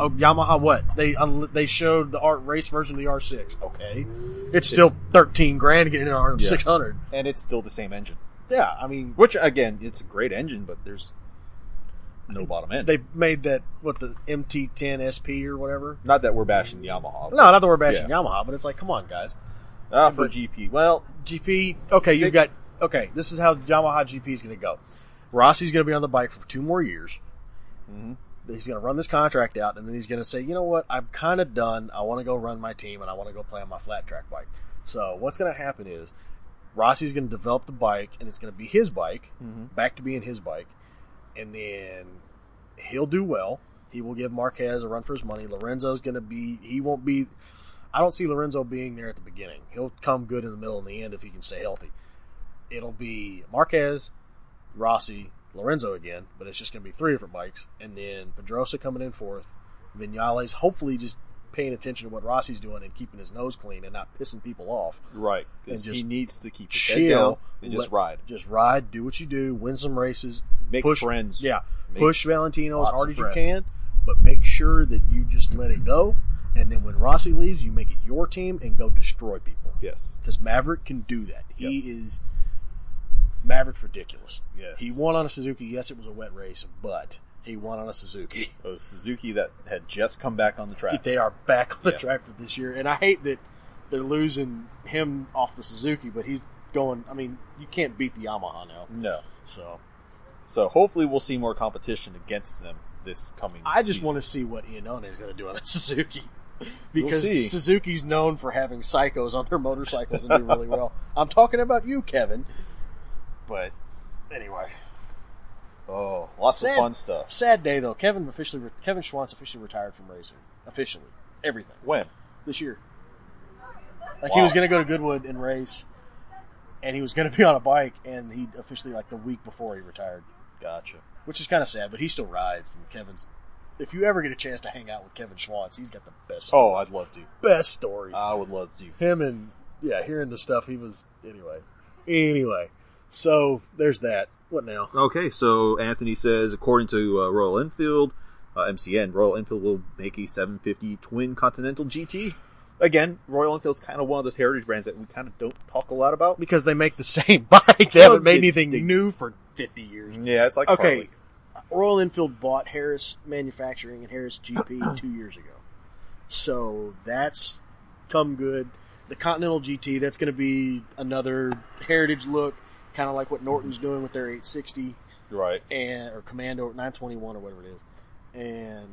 Speaker 1: Oh, Yamaha. What they unli they showed the art race version of the R6. Okay, it's still thirteen grand getting an
Speaker 2: Yeah.
Speaker 1: R600.
Speaker 2: And it's still the same engine.
Speaker 1: Yeah. I mean,
Speaker 2: Which again, it's a great engine, but there's no bottom end.
Speaker 1: they made that what the MT10 SP or whatever.
Speaker 2: Not that we're bashing Yamaha.
Speaker 1: No, not that we're bashing
Speaker 2: Yeah.
Speaker 1: Yamaha, but it's like, come on, guys.
Speaker 2: Ah, for
Speaker 1: but-
Speaker 2: GP. Well,
Speaker 1: GP, okay, you've
Speaker 2: They-
Speaker 1: got okay. This is how Yamaha GP is going to go. Rossi's going to be on the bike for two more years.
Speaker 2: Mhm.
Speaker 1: He's going to run this contract out, and then he's going to say, you know what? I'm kind of done. I want to go run my team, and I want to go play on my flat track bike. So what's going to happen is Rossi's going to develop the bike, and it's going to be his bike,
Speaker 2: Mhm.
Speaker 1: back to being his bike, and then he'll do well. He will give Marquez a run for his money. Lorenzo's going to be. He won't be. I don't see Lorenzo being there at the beginning. He'll come good in the middle and the end if he can stay healthy. It'll be Marquez, Rossi, Lorenzo again, but it's just going to be three different bikes, and then Pedrosa coming in fourth, Vinales hopefully just paying attention to what Rossi's doing and keeping his nose clean and not pissing people off.
Speaker 2: Right. 'cause
Speaker 1: And
Speaker 2: he
Speaker 1: just
Speaker 2: needs to keep his head down
Speaker 1: Chill,
Speaker 2: and just
Speaker 1: let-
Speaker 2: ride.
Speaker 1: Just ride, do what you do, win some races,
Speaker 2: Make
Speaker 1: push,
Speaker 2: friends.
Speaker 1: Yeah,
Speaker 2: Make
Speaker 1: push Valentino as
Speaker 2: lots
Speaker 1: hard
Speaker 2: of
Speaker 1: as you can,
Speaker 2: friends.
Speaker 1: but make sure that you just let it go. And then when Rossi leaves, you make it your team and go destroy people.
Speaker 2: Yes.
Speaker 1: because Maverick can do that. He is Maverick's ridiculous.
Speaker 2: Yes.
Speaker 1: he won on a Suzuki. Yes, it was a wet race, but he won on a Suzuki.
Speaker 2: It was Oh, Suzuki that had just come back on the track.
Speaker 1: They are back on the
Speaker 2: Yeah.
Speaker 1: track for this year, and I hate that they're losing him off the Suzuki, but he's going. I mean, you can't beat the Yamaha now.
Speaker 2: No.
Speaker 1: So
Speaker 2: So hopefully we'll see more competition against them this coming.
Speaker 1: I just
Speaker 2: season.
Speaker 1: want to see what Iannone is going to do on that Suzuki. Because
Speaker 2: see.
Speaker 1: Suzuki's known for having psychos on their motorcycles and do really well. I'm talking about you, Kevin. But anyway,
Speaker 2: Oh, lots
Speaker 1: Sad-
Speaker 2: of fun stuff.
Speaker 1: Sad day though. Kevin officially re- Kevin Schwantz officially retired from racing. Officially, everything
Speaker 2: When?
Speaker 1: this year. Like he was
Speaker 2: Wow.
Speaker 1: going to go to Goodwood and race, and he was going to be on a bike, and he officially like the week before he retired,
Speaker 2: Gotcha.
Speaker 1: which is kind of sad. But he still rides, and Kevin's. If you ever get a chance to hang out with Kevin Schwantz, he's got the best
Speaker 2: Oh, Uh, I'd love to.
Speaker 1: best stories.
Speaker 2: I would love to.
Speaker 1: Him and yeah, hearing the stuff he was anyway. Anyway, so there's that. What now?
Speaker 3: Okay, so Anthony says, according to uh, Royal Enfield, uh, MCN, Royal Enfield will make a 750 twin Continental GT. Again, Royal Enfield's kind of one of those heritage brands that we kind of don't talk a lot about.
Speaker 1: Because they make the same bike, they
Speaker 3: Well,
Speaker 1: haven't made
Speaker 3: they-
Speaker 1: anything
Speaker 3: they-
Speaker 1: new for fifty years.
Speaker 2: Yeah, it's like
Speaker 1: Okay.
Speaker 2: Harley.
Speaker 1: Royal Enfield bought Harris Manufacturing and Harris GP two years ago. So that's come good. The Continental GT, that's going to be another heritage look, kind of like what Norton's doing with their 860
Speaker 2: Right.
Speaker 1: and or Commando or 921 or whatever it is. And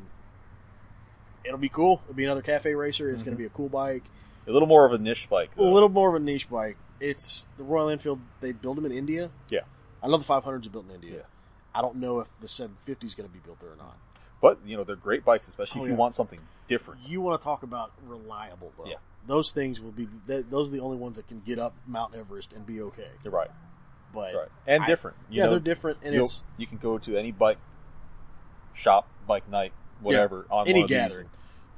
Speaker 1: it'll be cool. It'll be another cafe racer. It's going to be a cool bike.
Speaker 2: A little more of a niche bike.
Speaker 1: A
Speaker 2: though.
Speaker 1: little more of a niche bike. It's the Royal Enfield. They build them in India.
Speaker 2: Yeah.
Speaker 1: I know the 500s are built in India.
Speaker 2: Yeah.
Speaker 1: I don't know if the 750 is going to be built there or not.
Speaker 2: But you know they're great bikes, especially
Speaker 1: Oh,
Speaker 2: if you
Speaker 1: yeah.
Speaker 2: want something different.
Speaker 1: You want to talk about reliable, though.
Speaker 2: Yeah.
Speaker 1: Those things will be, th- those are the only ones that can get up Mount Everest and be okay.
Speaker 2: You're right.
Speaker 1: But,
Speaker 2: Right. And
Speaker 1: I-
Speaker 2: different. You
Speaker 1: yeah,
Speaker 2: know,
Speaker 1: they're different, and
Speaker 2: you'll-
Speaker 1: it's,
Speaker 2: you can go to any bike shop, bike night, whatever on
Speaker 1: any
Speaker 2: one of these,
Speaker 1: gathering.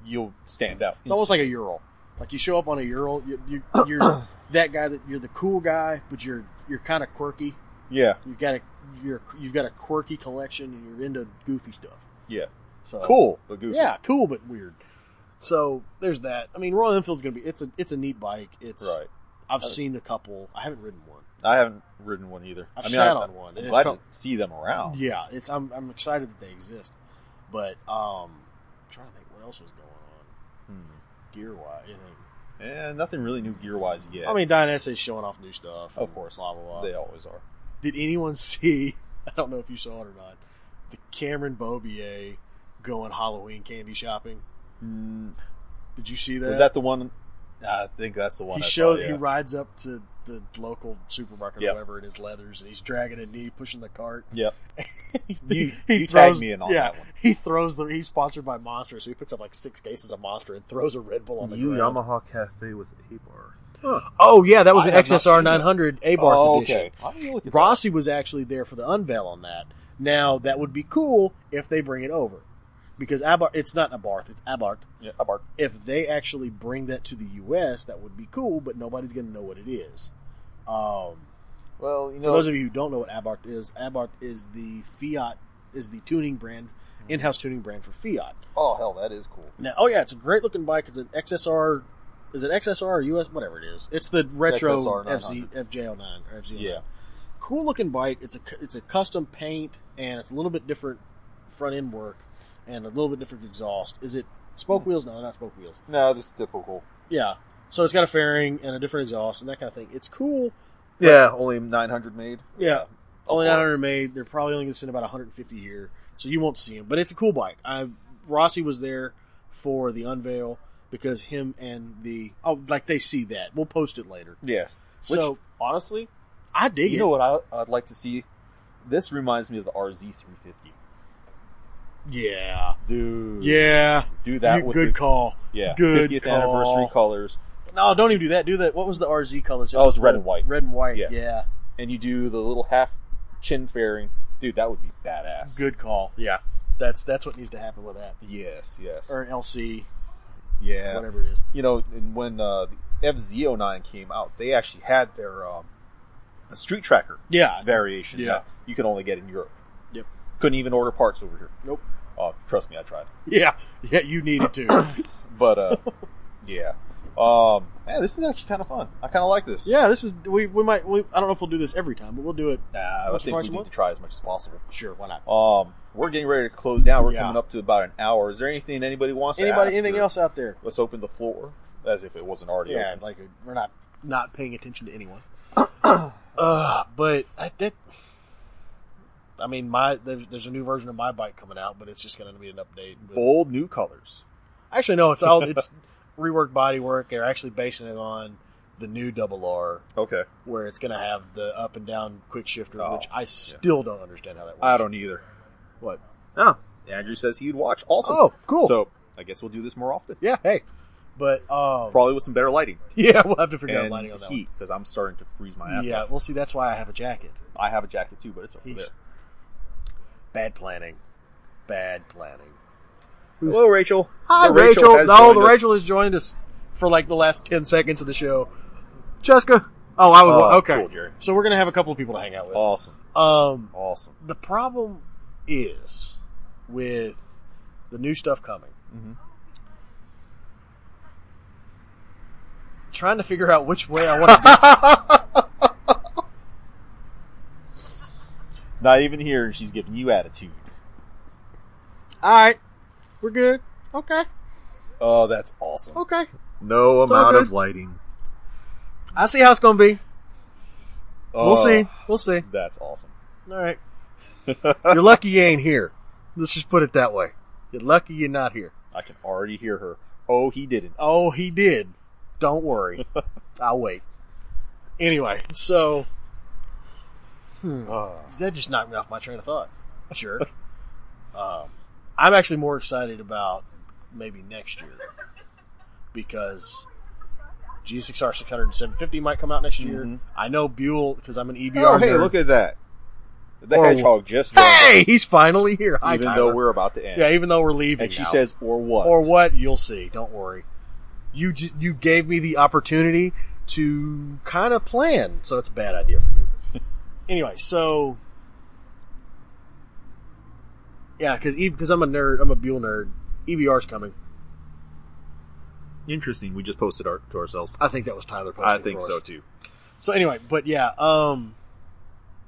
Speaker 2: and you'll stand out.
Speaker 1: it's almost like a Ural. Like you show up on a Ural, you, you, you're that guy that you're the cool guy, but you're you're kind of quirky.
Speaker 2: yeah,
Speaker 1: You've got a you're you've got a quirky collection, and you're into goofy stuff.
Speaker 2: yeah,
Speaker 1: So
Speaker 2: cool but goofy.
Speaker 1: Yeah, cool but weird. So there's that. I mean, Royal Enfield's gonna be it's a it's a neat bike. It's
Speaker 2: right.
Speaker 1: I've seen a couple. I haven't ridden one.
Speaker 2: I haven't ridden one either.
Speaker 1: I've
Speaker 2: I mean,
Speaker 1: sat
Speaker 2: I,
Speaker 1: on one, and
Speaker 2: I'm
Speaker 1: it
Speaker 2: glad
Speaker 1: felt-
Speaker 2: to see them around.
Speaker 1: Yeah, it's I'm I'm excited that they exist, but um, I'm trying to think what else was going
Speaker 2: Hmm.
Speaker 1: on gear wise. Anything?
Speaker 2: And nothing really new gear wise yet.
Speaker 1: I mean, Dynasty's showing off new stuff.
Speaker 2: of
Speaker 1: and
Speaker 2: course,
Speaker 1: blah blah blah.
Speaker 2: they always are.
Speaker 1: Did anyone see? I don't know if you saw it or not. The Cameron Bobier going Halloween candy shopping.
Speaker 2: Mm,
Speaker 1: Did you see that?
Speaker 2: was that the one? I think that's the one.
Speaker 1: he
Speaker 2: I saw,
Speaker 1: showed he
Speaker 2: yeah.
Speaker 1: rides up to the local supermarket
Speaker 2: Yep.
Speaker 1: or whatever in his leathers and he's dragging a knee pushing the cart
Speaker 2: Yep.
Speaker 1: he,
Speaker 2: You- you tagged me in on
Speaker 1: yeah,
Speaker 2: that one.
Speaker 1: he throws the he's sponsored by monster so he picks up like six cases of monster and throws a red bull on the ground
Speaker 3: Yamaha Cafe with a bar.
Speaker 1: oh yeah that was
Speaker 2: I
Speaker 1: an
Speaker 2: have not
Speaker 1: xsr
Speaker 2: seen that.
Speaker 1: 900 a bar
Speaker 2: oh,
Speaker 1: edition
Speaker 2: okay. I'm gonna look at that.
Speaker 1: rossi was actually there for the unveil on that now that would be cool if they bring it over because Abarth, it's not Abarth, it's Abarth.
Speaker 2: Yeah, I barked.
Speaker 1: if they actually bring that to the U.S., that would be cool, but nobody's going to know what it is. Um,
Speaker 2: Well, you
Speaker 1: for
Speaker 2: know,
Speaker 1: those of you who don't know what Abarth is, Abarth is the Fiat is the tuning brand, in-house tuning brand for Fiat.
Speaker 2: oh hell, that is cool.
Speaker 1: Now, oh yeah, it's a great looking bike. It's an XSR, is it XSR or US, whatever it is. It's the retro
Speaker 2: XSR
Speaker 1: FZ,
Speaker 2: 900.
Speaker 1: FJ09 or FZ09.
Speaker 2: Yeah.
Speaker 1: Cool looking bike. It's a cu- it's a custom paint and it's a little bit different front end work and a little bit different exhaust. Is it spoke wheels? No, not spoke wheels.
Speaker 2: No, this is typical.
Speaker 1: Yeah. So it's got a fairing and a different exhaust and that kind of thing. It's cool.
Speaker 3: Yeah, only 900 made.
Speaker 1: Yeah. Oh, Only
Speaker 2: course.
Speaker 1: 900 made. They're probably only going to send about 150 here. so you won't see him. But it's a cool bike. I Rossi was there for the unveil because him and the oh, like they see that. We'll post it later.
Speaker 4: Yes. Which,
Speaker 1: So
Speaker 4: honestly,
Speaker 1: I dig
Speaker 4: you
Speaker 1: it.
Speaker 4: know what I, I'd like to see? This reminds me of the RZ350.
Speaker 1: yeah,
Speaker 4: Dude.
Speaker 1: yeah.
Speaker 4: Do that
Speaker 1: You-
Speaker 4: with
Speaker 1: good
Speaker 4: the,
Speaker 1: call.
Speaker 4: yeah,
Speaker 1: good
Speaker 4: 50th
Speaker 1: call.
Speaker 4: anniversary colors.
Speaker 1: No, don't even do that. Do that. What was the RZ colors?
Speaker 4: Oh, it was red
Speaker 1: the
Speaker 4: and white.
Speaker 1: Red and white.
Speaker 4: Yeah.
Speaker 1: Yeah.
Speaker 4: And you do the little half chin fairing. Dude, that would be badass.
Speaker 1: Good call. Yeah. That's that's what needs to happen with that
Speaker 4: Yes, yes.
Speaker 1: or an LC,
Speaker 2: Yeah.
Speaker 1: whatever it is.
Speaker 2: you know, and when uh, the FZ09 came out, they actually had their um, a street tracker
Speaker 1: Yeah.
Speaker 2: variation
Speaker 1: Yeah.
Speaker 2: that you can only get in Europe.
Speaker 1: Yep.
Speaker 2: Couldn't even order parts over here.
Speaker 1: Nope.
Speaker 2: Uh, trust me, I tried.
Speaker 1: Yeah. Yeah. You needed to.
Speaker 2: But uh, yeah, um, man, this is actually kind of fun. I kind of like this.
Speaker 1: yeah. This is we we might we, I don't know if we'll do this every time, but we'll do it.
Speaker 2: Uh, I
Speaker 1: Much
Speaker 2: think
Speaker 1: price
Speaker 2: we
Speaker 1: a
Speaker 2: need
Speaker 1: month?
Speaker 2: to try as much as possible.
Speaker 1: Sure. Why not?
Speaker 2: Um, we're getting ready to close down. We're
Speaker 1: Yeah.
Speaker 2: coming up to about an hour. Is there anything anybody wants?
Speaker 1: Anybody?
Speaker 2: to ask
Speaker 1: Anything
Speaker 2: or-
Speaker 1: else out there?
Speaker 2: Let's open the floor as if it wasn't already.
Speaker 1: Yeah,
Speaker 2: open.
Speaker 1: like we're not not paying attention to anyone. uh, but I, that, I mean, my there's, there's a new version of my bike coming out, but it's just going to be an update. with-
Speaker 2: bold new colors.
Speaker 1: actually, no, it's all it's reworked bodywork. They're actually basing it on the new Double R,
Speaker 2: Okay,
Speaker 1: where it's going to have the up and down quick shifter,
Speaker 2: Oh,
Speaker 1: which I still don't understand how that works.
Speaker 2: I don't either.
Speaker 1: what?
Speaker 2: Oh, Andrew says he'd watch. Also,
Speaker 1: Oh, cool.
Speaker 2: So I guess we'll do this more often.
Speaker 1: Yeah, hey, but um,
Speaker 2: Probably with some better lighting
Speaker 1: yeah, we'll have to figure out
Speaker 2: and
Speaker 1: lighting on that.
Speaker 2: heat because I'm starting to freeze my
Speaker 1: One.
Speaker 2: ass
Speaker 1: Yeah,
Speaker 2: off.
Speaker 1: we'll see. That's why I have a jacket.
Speaker 2: I have a jacket too, but it's over
Speaker 1: He's-
Speaker 2: there.
Speaker 1: Bad planning. Bad planning.
Speaker 2: Hello, Rachel.
Speaker 1: Hi,
Speaker 2: The
Speaker 1: Rachel.
Speaker 2: has
Speaker 1: No,
Speaker 2: joined
Speaker 1: the
Speaker 2: us.
Speaker 1: Rachel has joined us for like the last 10 seconds of the show. Jessica. Oh, I would.
Speaker 2: Oh,
Speaker 1: okay.
Speaker 2: cool, Jerry.
Speaker 1: so we're going to have a couple of people to hang out with.
Speaker 2: Awesome,
Speaker 1: Um,
Speaker 2: awesome.
Speaker 1: the problem is with the new stuff coming.
Speaker 2: Mhm.
Speaker 1: Trying to figure out which way I want to
Speaker 2: Not even here, and she's giving you attitude.
Speaker 1: go. All right. We're good. Okay.
Speaker 2: Oh, that's awesome.
Speaker 1: Okay.
Speaker 2: No
Speaker 1: It's all amount of good.
Speaker 2: lighting.
Speaker 1: I see how it's going to be. We'll see. We'll see.
Speaker 2: Oh, That's awesome.
Speaker 1: Uh. All right. You're lucky you ain't here. Let's just put it that way. You're lucky you're not here.
Speaker 2: I can already hear her. Oh, he didn't.
Speaker 1: Oh, he did. Don't worry. I'll wait. Anyway, so
Speaker 2: Oh.
Speaker 1: that just knocked me off my train of thought. Sure. um, I'm actually more excited about maybe next year because G6R 600 and 750 might come out next year.
Speaker 2: Mhm.
Speaker 1: I know Buell because I'm an EBR.
Speaker 2: Oh, hey,
Speaker 1: nerd.
Speaker 2: look at that. The
Speaker 1: Or-
Speaker 2: hedgehog just joined us,
Speaker 1: Hey, he's finally here. Hi,
Speaker 2: even
Speaker 1: Tyler.
Speaker 2: though we're about to end.
Speaker 1: yeah, even though we're leaving,
Speaker 2: and she
Speaker 1: now.
Speaker 2: says, or what?
Speaker 1: or what you'll see don't worry you j- you gave me the opportunity to kind of plan so it's a bad idea for you anyway so yeah because because i'm a nerd i'm a buell nerd ebr's coming
Speaker 2: Interesting. We just posted our, to ourselves.
Speaker 1: i think that was tyler posting
Speaker 2: I think
Speaker 1: for us.
Speaker 2: so too.
Speaker 1: so anyway but yeah um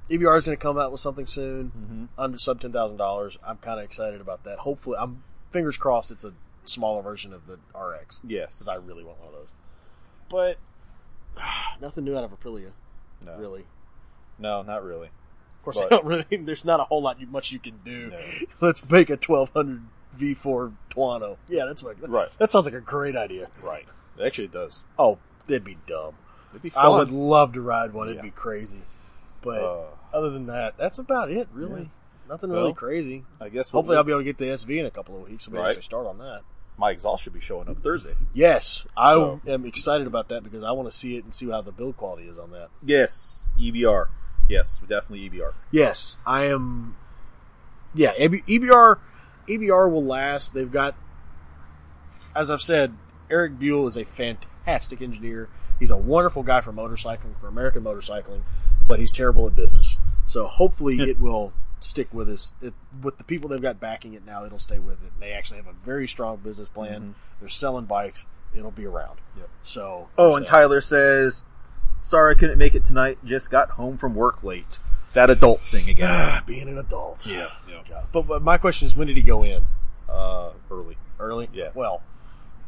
Speaker 1: E ebr is going to come out with something soon
Speaker 2: Mm-hmm.
Speaker 1: under sub ten thousand dollars i'm kind of excited about that hopefully i'm fingers crossed it's a smaller version of the rx
Speaker 2: Yes.
Speaker 1: because I really want one of those. But nothing new out of Aprilia,
Speaker 2: no.
Speaker 1: really.
Speaker 2: No, not really.
Speaker 1: Of course,
Speaker 2: But-
Speaker 1: I don't really. There's not a whole lot you, much you can do.
Speaker 2: No.
Speaker 1: Let's make a 1200 V4 Tuano. Yeah, that's what,
Speaker 2: Right.
Speaker 1: That sounds like a great idea.
Speaker 2: Right. Actually, it does.
Speaker 1: Oh, that'd be dumb.
Speaker 2: It'd be
Speaker 1: I would love to ride one. It'd
Speaker 2: Yeah.
Speaker 1: be crazy. But
Speaker 2: Uh,
Speaker 1: other than that, that's about it. Really, nothing
Speaker 2: Well,
Speaker 1: really crazy.
Speaker 2: I guess
Speaker 1: Hopefully,
Speaker 2: we'll-
Speaker 1: I'll be able to get the SV in a couple of weeks. So we can
Speaker 2: Right.
Speaker 1: actually start on that.
Speaker 2: my exhaust should be showing up Thursday.
Speaker 1: Yes, I
Speaker 2: So-
Speaker 1: am excited about that because I want to see it and see how the build quality is on that.
Speaker 2: Yes, EBR. Yes, definitely E EBR.
Speaker 1: Yes, I am. Yeah, E EB- EBR, EBR E will last. They've got, as I've said, Eric Buell is a fantastic engineer. He's a wonderful guy for motorcycling, for American motorcycling, but he's terrible at business. So hopefully, it will stick with us. It, with the people they've got backing it now, it'll stay with it. And they actually have a very strong business plan. They're selling bikes. It'll be around.
Speaker 2: Mm-hmm. Yep.
Speaker 1: So.
Speaker 2: Oh, and
Speaker 1: so-
Speaker 2: Tyler says, "Sorry, I couldn't make it tonight. Just got home from work late." That adult thing again.
Speaker 1: ah, being an adult.
Speaker 2: yeah.
Speaker 1: God. But, but my question is, when did he go in?
Speaker 2: Uh, early.
Speaker 1: Early?
Speaker 2: Yeah.
Speaker 1: Well,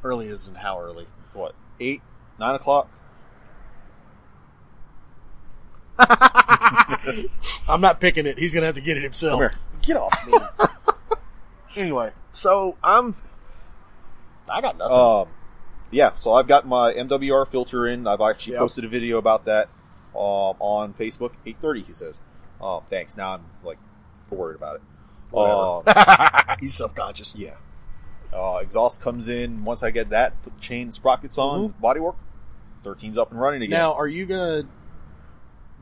Speaker 1: early is in how early?
Speaker 2: What? Eight, nine o'clock.
Speaker 1: I'm not picking it. He's going to have to get it himself.
Speaker 2: Come here.
Speaker 1: Get off me. Anyway,
Speaker 2: So I'm
Speaker 1: I got nothing.
Speaker 2: Um, yeah, so I've got my MWR filter in. I've actually
Speaker 1: Yeah.
Speaker 2: posted a video about that um, on Facebook. Eight thirty, he says. Um, thanks. Now I'm like worried about it. Um,
Speaker 1: Whatever. He's subconscious.
Speaker 2: yeah. Uh, exhaust comes in. Once I get that, put chain sprockets on bodywork. 13's up and running again.
Speaker 1: Now, are you gonna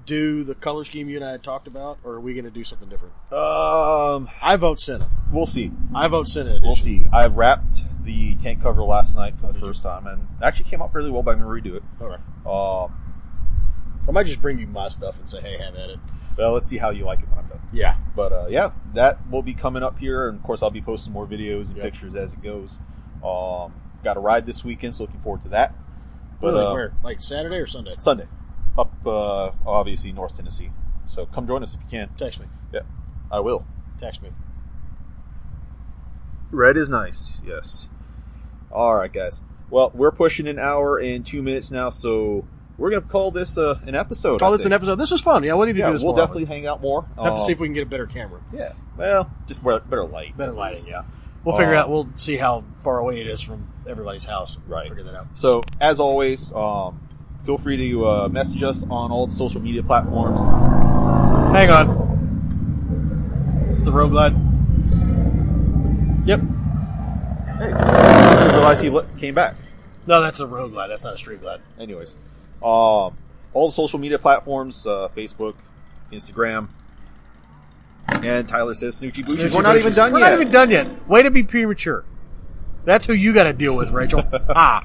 Speaker 1: do the color scheme you and I had talked about, or are we gonna do something different?
Speaker 2: um,
Speaker 1: I vote Senna.
Speaker 2: we'll see.
Speaker 1: I vote Senna. Edition.
Speaker 2: We'll see. I wrapped the tank cover last night for the first time, and it actually came out fairly well. But I'm gonna redo it.
Speaker 1: All right.
Speaker 2: Um,
Speaker 1: I might just bring you my stuff and say, "Hey, have at it."
Speaker 2: well, let's see how you like it when I'm done.
Speaker 1: Yeah.
Speaker 2: But uh, yeah, that will be coming up here, and of course, I'll be posting more videos and
Speaker 1: Yep.
Speaker 2: pictures as it goes. Um, got a ride this weekend, so looking forward to that. But
Speaker 1: really?
Speaker 2: uh,
Speaker 1: where? Like Saturday or Sunday?
Speaker 2: Sunday, up uh, obviously North Tennessee. So come join us if you can.
Speaker 1: Text me.
Speaker 2: I will.
Speaker 1: Text me.
Speaker 2: Red is nice. Yes. All right, guys. Well, we're pushing an hour and two minutes now, so we're gonna call this uh, an episode.
Speaker 1: Call
Speaker 2: I
Speaker 1: this an
Speaker 2: think.
Speaker 1: episode. This was fun. Yeah, we need to
Speaker 2: Yeah,
Speaker 1: do this.
Speaker 2: we'll
Speaker 1: more
Speaker 2: definitely hang out more.
Speaker 1: often. have to
Speaker 2: Um,
Speaker 1: see if we can get a better camera,
Speaker 2: yeah. Well, just better, better light.
Speaker 1: better
Speaker 2: at
Speaker 1: lighting.
Speaker 2: least.
Speaker 1: Yeah. We'll figure
Speaker 2: Um,
Speaker 1: out. We'll see how far away it is from everybody's house. We'll
Speaker 2: Right.
Speaker 1: Figure that out.
Speaker 2: So, as always, um, feel free to uh, message us on all the social media platforms.
Speaker 1: Hang on. It's the roadblood. Yep.
Speaker 2: I didn't realize he le- came back.
Speaker 1: No, that's a roadblood. That's not a street blood.
Speaker 2: Anyways, um, all the social media platforms uh, Facebook, Instagram. And Tyler says Snoochie Boochies. We're not even done
Speaker 1: We're
Speaker 2: yet.
Speaker 1: not even done yet. Way to be premature. That's who you got to deal with, Rachel. ah,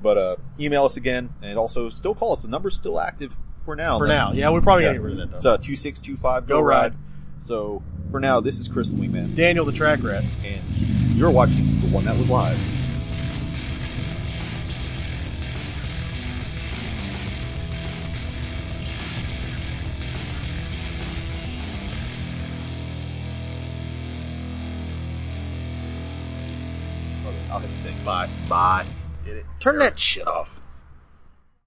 Speaker 2: But uh, email us again and also still call us. The number's still active for now.
Speaker 1: for
Speaker 2: unless-
Speaker 1: now. Yeah, we're probably
Speaker 2: Yeah.
Speaker 1: gonna get rid of that
Speaker 2: It's
Speaker 1: though.
Speaker 2: uh, 2625 Go,
Speaker 1: Go
Speaker 2: ride.
Speaker 1: Ride.
Speaker 2: So, for now, this is Chris the Wingman,
Speaker 1: Daniel the track rat.
Speaker 2: and you're watching the one that was live. Okay, I'll hit the thing. Bye. Bye. Get it?
Speaker 1: Turn that shit off.